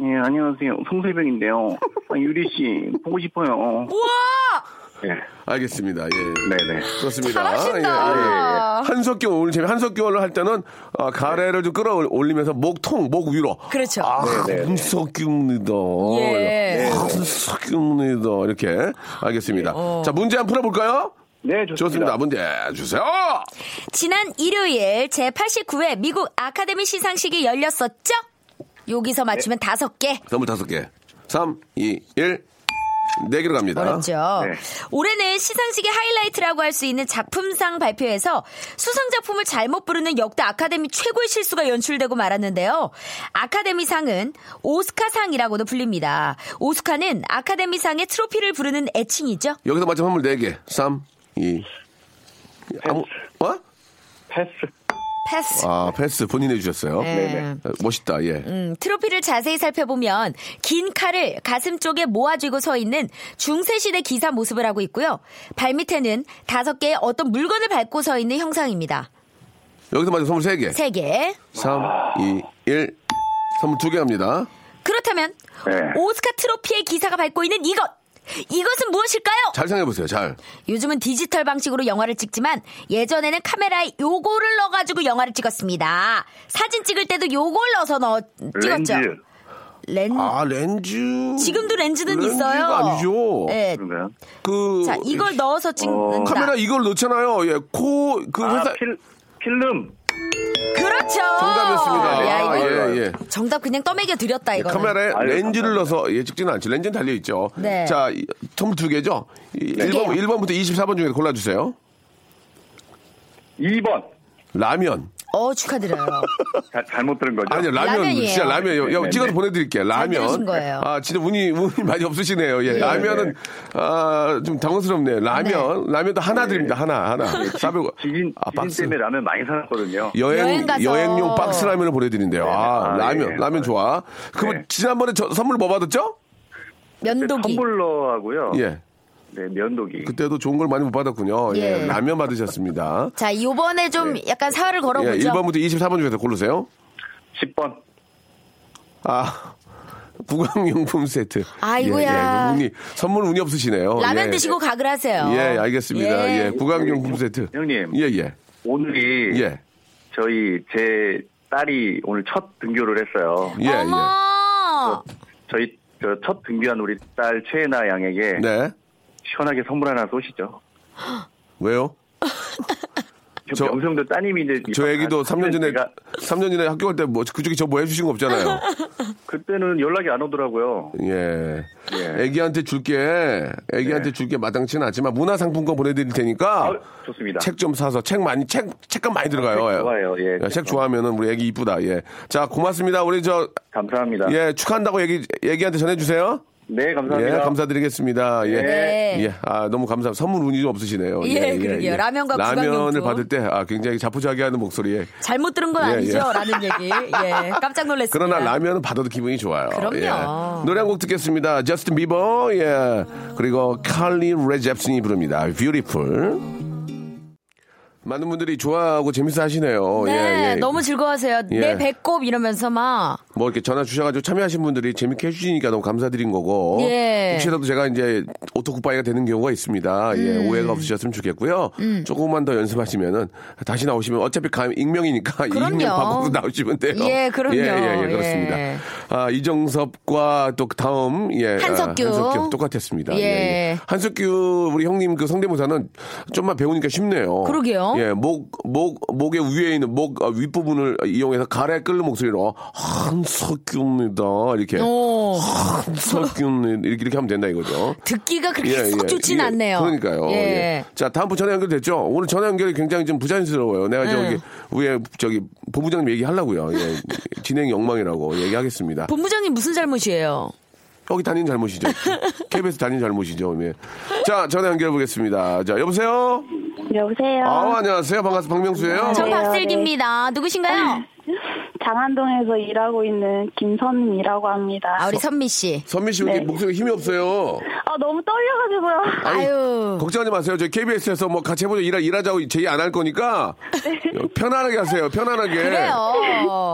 Speaker 8: 예, 안녕하세요. 송세벽인데요. 아, 유리 씨, 보고 싶어요.
Speaker 4: 우와!
Speaker 8: 예.
Speaker 2: 알겠습니다. 예.
Speaker 8: 네네.
Speaker 2: 좋습니다. 예,
Speaker 4: 잘하신다.
Speaker 2: 한석규 오늘 재미 한석규를 할 때는 아, 가래를 좀 끌어올리면서 목통 목 위로.
Speaker 4: 그렇죠.
Speaker 2: 아,
Speaker 8: 네, 네, 네.
Speaker 2: 한석규입니다.
Speaker 4: 예.
Speaker 2: 한석규입니다. 이렇게 알겠습니다.
Speaker 4: 어.
Speaker 2: 자 문제 한번 풀어볼까요?
Speaker 8: 네,
Speaker 2: 좋습니다. 문제 주세요.
Speaker 4: 지난 일요일 제89회 미국 아카데미 시상식이 열렸었죠? 여기서 맞추면
Speaker 2: 네.
Speaker 4: 다섯 개.
Speaker 2: 선물 다섯 개. 3, 2, 1. 네 개로 갑니다.
Speaker 4: 어렵죠.
Speaker 8: 네.
Speaker 4: 그렇죠. 올해는 시상식의 하이라이트라고 할 수 있는 작품상 발표에서 수상 작품을 잘못 부르는 역대 아카데미 최고의 실수가 연출되고 말았는데요. 아카데미상은 오스카상이라고도 불립니다. 오스카는 아카데미상의 트로피를 부르는 애칭이죠.
Speaker 2: 여기서 맞춤 선물 네 개. 3, 2. 아무, 어?
Speaker 8: 패스.
Speaker 4: 패스.
Speaker 2: 아, 패스 본인 해주셨어요.
Speaker 4: 네.
Speaker 2: 어, 멋있다, 예.
Speaker 4: 음, 트로피를 자세히 살펴보면 긴 칼을 가슴 쪽에 모아쥐고 서 있는 중세시대 기사 모습을 하고 있고요. 발밑에는 다섯 개의 어떤 물건을 밟고 서 있는 형상입니다.
Speaker 2: 여기서 맞은 선물 세개
Speaker 4: 세 개.
Speaker 2: 3, 2, 1. 선물 두 개 갑니다.
Speaker 4: 그렇다면
Speaker 8: 네.
Speaker 4: 오스카 트로피의 기사가 밟고 있는 이것. 이것은 무엇일까요?
Speaker 2: 잘 생각해보세요, 잘.
Speaker 4: 요즘은 디지털 방식으로 영화를 찍지만 예전에는 카메라에 요거를 넣어가지고 영화를 찍었습니다. 사진 찍을 때도 요걸 넣어서 넣어 찍었죠.
Speaker 8: 렌즈.
Speaker 4: 렌-
Speaker 2: 아, 렌즈.
Speaker 4: 음. 지금도 렌즈는 있어요.
Speaker 2: 렌즈가 아니죠.
Speaker 4: 네.
Speaker 8: 그런가요?
Speaker 2: 그.
Speaker 4: 자, 이걸 넣어서 찍는다.
Speaker 2: 카메라 이걸 넣잖아요. 예, 코, 그
Speaker 8: 아,
Speaker 2: 회사.
Speaker 8: 필, 필름.
Speaker 4: 그렇죠.
Speaker 2: 정답이었습니다.
Speaker 4: 야,
Speaker 2: 아,
Speaker 4: 이거
Speaker 2: 예, 예.
Speaker 4: 정답 그냥 떠먹여 드렸다 이거.
Speaker 2: 카메라에
Speaker 8: 아유,
Speaker 2: 렌즈를
Speaker 8: 감사합니다.
Speaker 2: 넣어서 예, 찍지는 않죠. 렌즈는 달려있죠.
Speaker 4: 네.
Speaker 2: 자, 이- 선물 두 개죠? 이-
Speaker 4: 네 개요.
Speaker 2: 1번, 1번부터 24번 중에 골라주세요.
Speaker 8: 2번.
Speaker 2: 라면.
Speaker 4: 어 축하드려요.
Speaker 8: 자, 잘못 들은 거죠?
Speaker 2: 아니요, 라면.
Speaker 4: 라면이에요.
Speaker 2: 진짜 라면이요.
Speaker 8: 네,
Speaker 2: 야,
Speaker 8: 네,
Speaker 2: 찍어서
Speaker 8: 네.
Speaker 2: 보내드릴게요. 라면.
Speaker 4: 들으신 거예요.
Speaker 2: 아, 진짜 운이, 운이 많이 없으시네요. 예. 라면은, 아, 좀 당황스럽네요. 라면. 라면도 하나 드립니다. 하나, 하나. 400원.
Speaker 8: 지진,
Speaker 2: 아, 예.
Speaker 8: 지진
Speaker 2: 박스.
Speaker 8: 때문에 라면 많이 사놨거든요.
Speaker 2: 여행,
Speaker 4: 여행 가서.
Speaker 2: 여행용 박스 라면을 보내드린대요. 아,
Speaker 8: 아,
Speaker 2: 라면,
Speaker 8: 예.
Speaker 2: 라면 좋아. 그럼
Speaker 8: 네.
Speaker 2: 지난번에 저, 선물 뭐 받았죠?
Speaker 4: 면도기.
Speaker 8: 텀블러하고요.
Speaker 2: 예.
Speaker 8: 네, 면도기.
Speaker 2: 그때도 좋은 걸 많이 못 받았군요. 예.
Speaker 4: 예.
Speaker 2: 라면 받으셨습니다.
Speaker 4: 자 이번에 좀 약간 사활을
Speaker 2: 예,
Speaker 4: 걸어보죠. 그렇죠.
Speaker 2: 1번부터 24번 중에서 고르세요.
Speaker 8: 10번.
Speaker 2: 아, 구강용품 세트.
Speaker 4: 아이고야.
Speaker 2: 예, 예. 운이, 선물 운이 없으시네요.
Speaker 4: 라면
Speaker 2: 예.
Speaker 4: 드시고 각을 하세요.
Speaker 2: 예, 알겠습니다. 예, 구강용품 세트.
Speaker 8: 형님.
Speaker 2: 예, 예.
Speaker 8: 오늘이
Speaker 2: 예.
Speaker 8: 저희 제 딸이 오늘 첫 등교를 했어요.
Speaker 2: 예, 예.
Speaker 4: 어머.
Speaker 8: 저희 저첫 등교한 우리 딸 최애나 양에게
Speaker 2: 네.
Speaker 8: 시원하게 선물 하나 쏘시죠.
Speaker 2: 왜요? 저-
Speaker 8: 저 명성도 따님이 이제
Speaker 2: 저
Speaker 8: 입학
Speaker 2: 애기도
Speaker 8: 안
Speaker 2: 3년 전에,
Speaker 8: 아, 제가
Speaker 2: 3년 전에 학교 갈 때 뭐, 그쪽에 저 뭐 해주신 거 없잖아요.
Speaker 8: 그때는 연락이 안 오더라고요.
Speaker 2: 예.
Speaker 8: 예.
Speaker 2: 애기한테 줄게, 애기한테
Speaker 8: 네.
Speaker 2: 줄게 마땅치는 않지만 문화상품권 보내드릴 테니까.
Speaker 8: 아, 좋습니다.
Speaker 2: 책 좀 사서 책 많이 책 책감 많이 들어가요.
Speaker 8: 책 좋아요. 예,
Speaker 2: 책,
Speaker 8: 책
Speaker 2: 좋아하면은 우리 애기 이쁘다. 예. 자 고맙습니다. 우리 저 예
Speaker 8: 감사합니다.
Speaker 2: 축한다고 애기 애기한테 전해주세요.
Speaker 8: 네, 감사합니다.
Speaker 2: 예, 감사드리겠습니다. 예.
Speaker 4: 네.
Speaker 2: 예. 아, 너무 감사합니다. 선물 운이 좀 없으시네요.
Speaker 4: 예, 그러게요. 라면과
Speaker 2: 라면을
Speaker 4: 구강용품.
Speaker 2: 받을 때 아, 굉장히 자포자기하는 목소리에
Speaker 4: 잘못 들은 건
Speaker 2: 예,
Speaker 4: 아니죠?
Speaker 2: 예.
Speaker 4: 라는 얘기. 예. 깜짝 놀랐습니다.
Speaker 2: 그러나 라면은 받아도 기분이 좋아요.
Speaker 4: 그럼요.
Speaker 2: 예. 노래 한 곡 듣겠습니다. 저스틴 비버, 예. 그리고 칼리 레잽슨이 부릅니다. Beautiful. 많은 분들이 좋아하고 재밌어 하시네요.
Speaker 4: 네,
Speaker 2: 예, 예.
Speaker 4: 너무 즐거워하세요.
Speaker 2: 예.
Speaker 4: 내 배꼽 이러면서 막.
Speaker 2: 뭐 이렇게 전화 주셔가지고 참여하신 분들이 재밌게 해주시니까 너무 감사드린 거고.
Speaker 4: 예.
Speaker 2: 혹시라도 제가 이제 오토쿠파이가 되는 경우가 있습니다. 예,
Speaker 4: 음.
Speaker 2: 오해가 없으셨으면 좋겠고요. 조금만 더 연습하시면은 다시 나오시면 어차피 감, 익명이니까 이 익명
Speaker 4: 그럼요.
Speaker 2: 바꿔서 나오시면 돼요.
Speaker 4: 예, 그럼요.
Speaker 2: 예, 예, 예, 그렇습니다.
Speaker 4: 예.
Speaker 2: 아, 이정섭과 또 다음 예, 아,
Speaker 4: 한석규.
Speaker 2: 한석규 똑같았습니다.
Speaker 4: 예.
Speaker 2: 한석규 우리 형님 그 성대모사는 좀만 배우니까 쉽네요.
Speaker 4: 그러게요.
Speaker 2: 예, 아, 목, 목, 목의 위에 있는 목 어, 윗부분을 이용해서 가래 끓는 목소리로 한석 한석규입니다. 이렇게.
Speaker 4: 오.
Speaker 2: 한석규입니다. 이렇게, 이렇게 하면 된다 이거죠.
Speaker 4: 어, 듣기가 그렇게 썩 좋진
Speaker 2: 예.
Speaker 4: 않네요.
Speaker 2: 그러니까요.
Speaker 4: 예.
Speaker 2: 예. 자, 다음 분 전화 연결됐죠? 오늘 전화 연결이 굉장히 좀 부자연스러워요. 내가
Speaker 4: 네.
Speaker 2: 저기, 위에, 저기, 본부장님 얘기하려고요. 예. 진행이 엉망이라고 얘기하겠습니다.
Speaker 4: 본부장님 무슨 잘못이에요?
Speaker 2: 여기 다닌 잘못이죠. KBS 다닌 잘못이죠. 예. 자, 전화 연결해 보겠습니다. 자, 여보세요?
Speaker 5: 네.
Speaker 9: 여보세요.
Speaker 2: 아 안녕하세요. 반갑습니다. 박명수예요
Speaker 4: 전 박슬기입니다. 누구신가요?
Speaker 9: 장안동에서 일하고 있는 김선미라고 합니다.
Speaker 4: 아, 우리 선미 씨.
Speaker 2: 선미 씨, 왜 이렇게 목소리 힘이 없어요.
Speaker 9: 아, 너무 떨려가지고요.
Speaker 2: 아니, 걱정하지 마세요. 저희 KBS에서 뭐 같이 해보자 일하, 일하자고 제의 안 할 거니까
Speaker 9: 네.
Speaker 2: 편안하게 하세요. 편안하게.
Speaker 4: 그래요.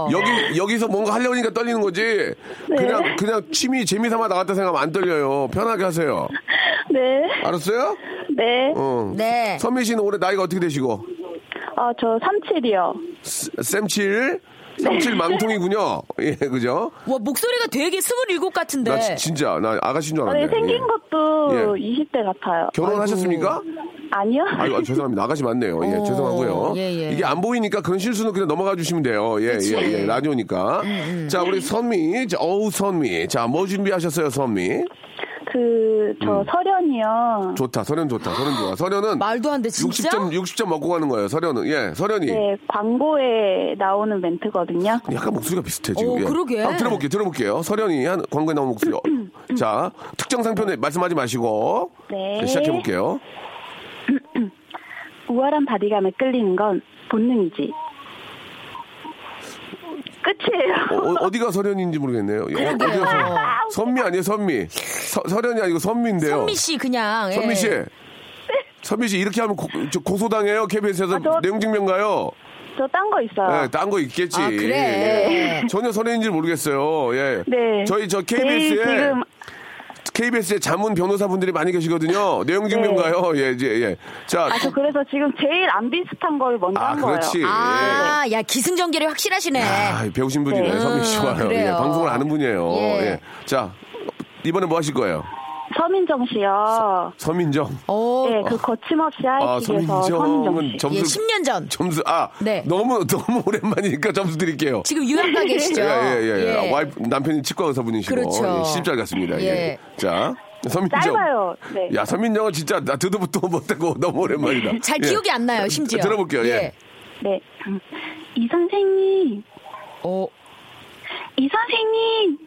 Speaker 2: 예. 여기 여기서 뭔가 하려니까 떨리는 거지.
Speaker 9: 네.
Speaker 2: 그냥 그냥 취미 재미삼아 나갔다 생각하면 안 떨려요. 편하게 하세요.
Speaker 9: 네.
Speaker 2: 알았어요?
Speaker 9: 네.
Speaker 2: 어.
Speaker 9: 네.
Speaker 2: 선미 씨는 올해 나이가 어떻게 되시고?
Speaker 9: 아, 저 37이요.
Speaker 2: 쌤칠 쌤칠 망통이군요. 예, 그죠?
Speaker 4: 와, 목소리가 되게 27 같은데.
Speaker 2: 나
Speaker 9: 네.
Speaker 2: 지- 진짜 나 아가씨인 줄
Speaker 9: 아, 네,
Speaker 2: 알았네.
Speaker 9: 생긴
Speaker 2: 예.
Speaker 9: 것도
Speaker 2: 예.
Speaker 9: 20대 같아요.
Speaker 2: 결혼하셨습니까?
Speaker 9: 아니요.
Speaker 2: 아유, 아, 죄송합니다. 나가시 맞네요. 예, 죄송하고요.
Speaker 9: 예, 예.
Speaker 2: 이게 안 보이니까 그런 실수는 그냥 넘어가 주시면 돼요. 예,
Speaker 9: 그치. 음,
Speaker 2: 예, 예. 라디오니까. 자, 우리 선미. 자, 어우, 선미. 자, 뭐 준비하셨어요, 선미?
Speaker 9: 그, 저
Speaker 2: 음.
Speaker 9: 설현이요.
Speaker 2: 좋다. 서련 좋다. 서련 좋아. 서련은 말도 안 돼,
Speaker 9: 진짜?
Speaker 2: 60점 60점 먹고 가는 거예요. 서련은. 예, 서련이.
Speaker 9: 네, 광고에 나오는 멘트거든요.
Speaker 2: 약간 목소리가 비슷해 지금.
Speaker 9: 어,
Speaker 2: 예.
Speaker 9: 그러게.
Speaker 2: 한번 들어볼게요. 들어볼게요. 서련이 한 광고에 나온 목소리. 어, 자, 특정 상표는 말씀하지 마시고
Speaker 9: 네.
Speaker 2: 시작해 볼게요.
Speaker 9: 우월한 바디감에 끌리는 건 본능이지. 끝이에요.
Speaker 2: 어, 디가 서련인지 모르겠네요. 어, 어디가 서, 선미 아니에요, 선미. 서, 서련이 아니고 선미인데요.
Speaker 4: 선미 씨 그냥. 예.
Speaker 2: 선미 씨.
Speaker 9: 네.
Speaker 2: 선미 씨 이렇게 하면 고, 저 고소당해요.
Speaker 9: 아,
Speaker 2: KBS에서 내용 증명가요.
Speaker 9: 저 딴 거 있어요.
Speaker 2: 예, 딴 거 있겠지.
Speaker 9: 아, 그래.
Speaker 2: 예.
Speaker 9: 네.
Speaker 2: 전혀 선인지 모르겠어요. 예.
Speaker 9: 네.
Speaker 2: 저희 저
Speaker 9: 제일
Speaker 2: KBS에
Speaker 9: 지금-
Speaker 2: KBS에 자문 변호사분들이 많이 계시거든요. 내용 증명가요. 예, 예, 예. 자,
Speaker 9: 네. 아, 저 그래서 지금 제일 안 비슷한 걸 먼저
Speaker 2: 아,
Speaker 9: 한 거예요.
Speaker 2: 그렇지.
Speaker 4: 아, 야, 기승전결이 확실하시네.
Speaker 2: 아, 배우신 분이네.
Speaker 9: 네.
Speaker 2: 선미 씨와
Speaker 9: 음,
Speaker 2: 예,
Speaker 9: 그래요.
Speaker 2: 방송을 아는 분이에요.
Speaker 9: 예.
Speaker 2: 예. 자, 이번에 뭐 하실 거예요?
Speaker 9: 서민정 씨요.
Speaker 2: 서민정.
Speaker 4: 어,
Speaker 9: 네,
Speaker 2: 아.
Speaker 9: 그 거침없이 하이킥에서 서민정
Speaker 5: 예,
Speaker 9: 씨.
Speaker 4: 예, 전.
Speaker 2: 점수, 아,
Speaker 9: 네.
Speaker 2: 너무, 너무 오랜만이니까 점수 드릴게요.
Speaker 4: 지금 유학가 계시죠?
Speaker 2: 예, 예, 예. 예.
Speaker 4: 예.
Speaker 2: 와이프, 남편이 치과 의사분이시고.
Speaker 4: 그렇죠.
Speaker 2: 예, 시집잘 갔습니다. 예.
Speaker 4: 예.
Speaker 2: 자, 서민정.
Speaker 9: 짧아요. 네.
Speaker 2: 야, 서민정은 진짜 나 듣도 보도 못하고 너무 오랜만이다. 예.
Speaker 4: 잘 기억이 안 나요, 심지어.
Speaker 2: 들어볼게요, 예.
Speaker 9: 네. 음, 이 선생님.
Speaker 4: 어.
Speaker 9: 이 선생님.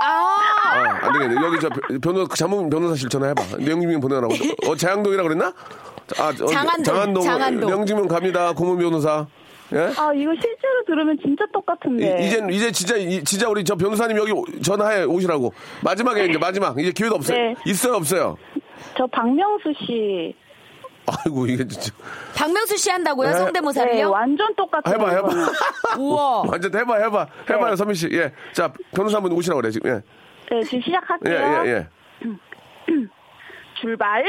Speaker 2: 아, 안 되겠네. 여기 저 변- 변호사, 자문 변호사실 전화해봐. 명지명 보내라고. 어, 자양동이라 그랬나? 아, 어,
Speaker 9: 장안동,
Speaker 2: 장안동.
Speaker 9: 장안동.
Speaker 2: 명지명 갑니다. 고문 변호사. 예?
Speaker 9: 아, 이거 실제로 들으면 진짜 똑같은데.
Speaker 2: 이- 이젠 이제 진짜 이- 진짜 우리 저 변호사님 여기 오- 전화해 오시라고 마지막에 이제 마지막 이제 기회도 없어요
Speaker 9: 네.
Speaker 2: 있어요 없어요
Speaker 9: 저 박명수 씨.
Speaker 2: 아이고 이게 진짜
Speaker 4: 박명수 씨 한다고요?
Speaker 2: 네.
Speaker 4: 성대모사를요?
Speaker 9: 네, 완전 똑같아요.
Speaker 2: 해봐 해봐
Speaker 9: 어.
Speaker 4: 우와.
Speaker 2: 완전 해봐 해봐 해봐요 서민 씨예자 변호사분 오시라고 그래 지금 예예예
Speaker 9: 네, 지금 시작할게요.
Speaker 2: 예,
Speaker 9: 출발.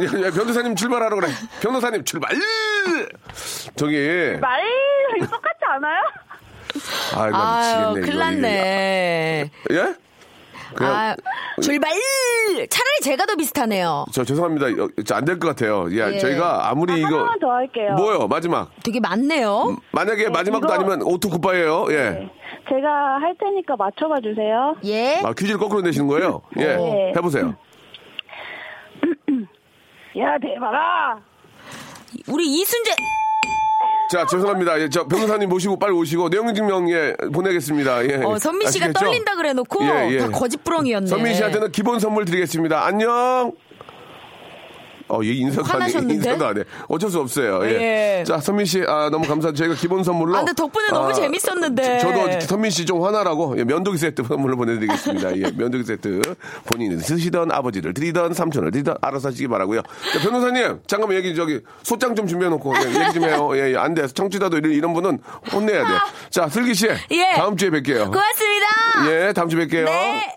Speaker 2: 예, 예, 변호사님 출발하라고 그래 변호사님 출발 저기
Speaker 9: 말 이거 똑같지 않아요?
Speaker 2: 아나 미치겠네
Speaker 4: 큰일
Speaker 2: 이거.
Speaker 4: 났네.
Speaker 2: 예 그냥
Speaker 4: 아, 출발! 차라리 제가 더 비슷하네요.
Speaker 2: 저 죄송합니다 안 될 것 같아요 예,
Speaker 4: 예.
Speaker 2: 저희가 아무리 이거
Speaker 9: 하나만 더 할게요.
Speaker 2: 뭐요 마지막
Speaker 4: 되게 많네요.
Speaker 2: 만약에
Speaker 9: 네,
Speaker 2: 마지막도
Speaker 9: 이거- 네.
Speaker 2: 아니면 오토 굿바이예요 예
Speaker 9: 제가 할 테니까 맞춰봐 주세요.
Speaker 4: 예.
Speaker 2: 아, 퀴즈를 거꾸로 내시는 거예요? 예.
Speaker 9: 네.
Speaker 2: 해보세요.
Speaker 9: 야, 대박아.
Speaker 4: 우리 이순재.
Speaker 2: 자, 죄송합니다. 예, 저 변호사님 모시고 빨리 오시고 내용 증명 예, 보내겠습니다. 예.
Speaker 4: 어, 선미 씨가
Speaker 2: 아시겠죠?
Speaker 4: 떨린다 그래놓고
Speaker 2: 예, 예.
Speaker 4: 다 거짓부렁이었네.
Speaker 2: 선미 씨한테는 기본 선물 드리겠습니다. 안녕! 어, 얘 인사도 안 해.
Speaker 4: 화나셨는데?
Speaker 2: 인사도 안 해. 어쩔 수 없어요. 예.
Speaker 4: 예.
Speaker 2: 자, 선미 씨, 아, 너무 감사한 저희가 기본 선물로.
Speaker 4: 아, 근데 덕분에 너무 재밌었는데.
Speaker 2: 저, 도 선미 씨 좀 화나라고 예, 면도기 세트 선물로 보내드리겠습니다. 예, 면도기 세트. 본인이 쓰시던 아버지를 드리던 삼촌을 드리던 알아서 하시기 바라고요 자, 변호사님, 잠깐만 얘기 저기 소장 좀 준비해놓고 예, 얘기 좀 해요. 예, 예, 안 돼. 청취자도 이런, 이런 분은 혼내야 돼. 자, 슬기 씨.
Speaker 4: 아. 예.
Speaker 2: 다음 주에 뵐게요.
Speaker 4: 고맙습니다.
Speaker 2: 예, 다음 주에 뵐게요.
Speaker 4: 네.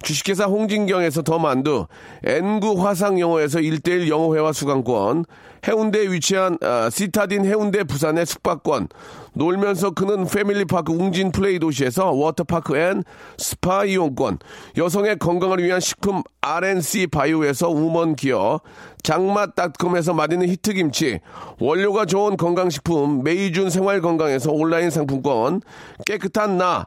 Speaker 2: 주식회사 홍진경에서 더 만두, N구 화상영어에서 일대일 영어회화 수강권, 해운대에 위치한 아, 시타딘 해운대 부산의 숙박권, 놀면서 그는 패밀리파크 웅진 플레이 도시에서 워터파크 앤 스파 이용권, 여성의 건강을 위한 식품 RNC 바이오에서 우먼 기어, 장맛닷컴에서 맛있는 히트김치, 원료가 좋은 건강식품 메이준 생활건강에서 온라인 상품권, 깨끗한 나,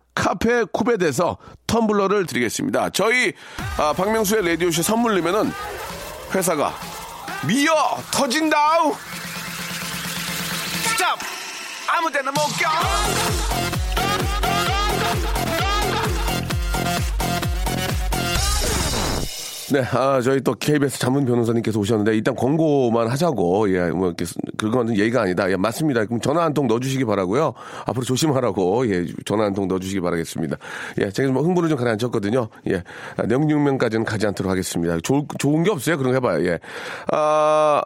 Speaker 2: 카페 쿠베에서 텀블러를 드리겠습니다. 저희 아, 박명수의 라디오쇼 선물리면은 회사가 미어 터진다우
Speaker 1: 스탑 아무데나 못 껴.
Speaker 2: 네, 아, 저희 또 KBS 자문 변호사님께서 오셨는데, 일단 광고만 하자고, 예, 뭐, 이렇게, 그거는 예의가 아니다. 예, 맞습니다. 그럼 전화 한 통 넣어주시기 바라고요 앞으로 조심하라고, 예, 전화 한 통 넣어주시기 바라겠습니다. 예, 제가 좀 흥분을 좀 가라앉혔거든요. 예, 아, 명령명까지는 가지 않도록 하겠습니다. 좋, 좋은 게 없어요. 그런 거 해봐요. 예. 아,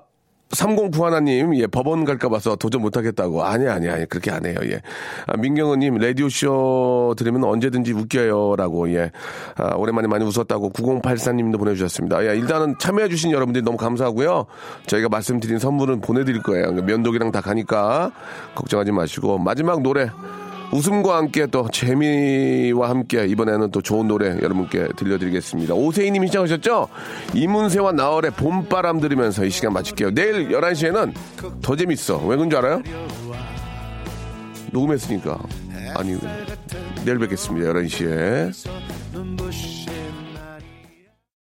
Speaker 2: 3091님, 예, 법원 갈까 봐서 도전 못 하겠다고. 아니, 아니, 아니, 그렇게 안 해요, 예. 아, 민경은님, 라디오쇼 들으면 언제든지 웃겨요, 라고, 예. 아, 오랜만에 많이 웃었다고 9084님도 보내주셨습니다. 예, 일단은 참여해주신 여러분들이 너무 감사하고요. 저희가 말씀드린 선물은 보내드릴 거예요. 그러니까 면도기랑 다 가니까, 걱정하지 마시고. 마지막 노래, 웃음과 함께 또 재미와 함께 이번에는 또 좋은 노래 여러분께 들려드리겠습니다. 오세희님이 시청하셨죠? 이문세와 나월의 봄바람 들으면서 이 시간 마칠게요. 내일 11시에는 더 재밌어. 왜 그런 줄 알아요? 녹음했으니까. 아니, 내일 뵙겠습니다. 11시에.
Speaker 1: 눈부신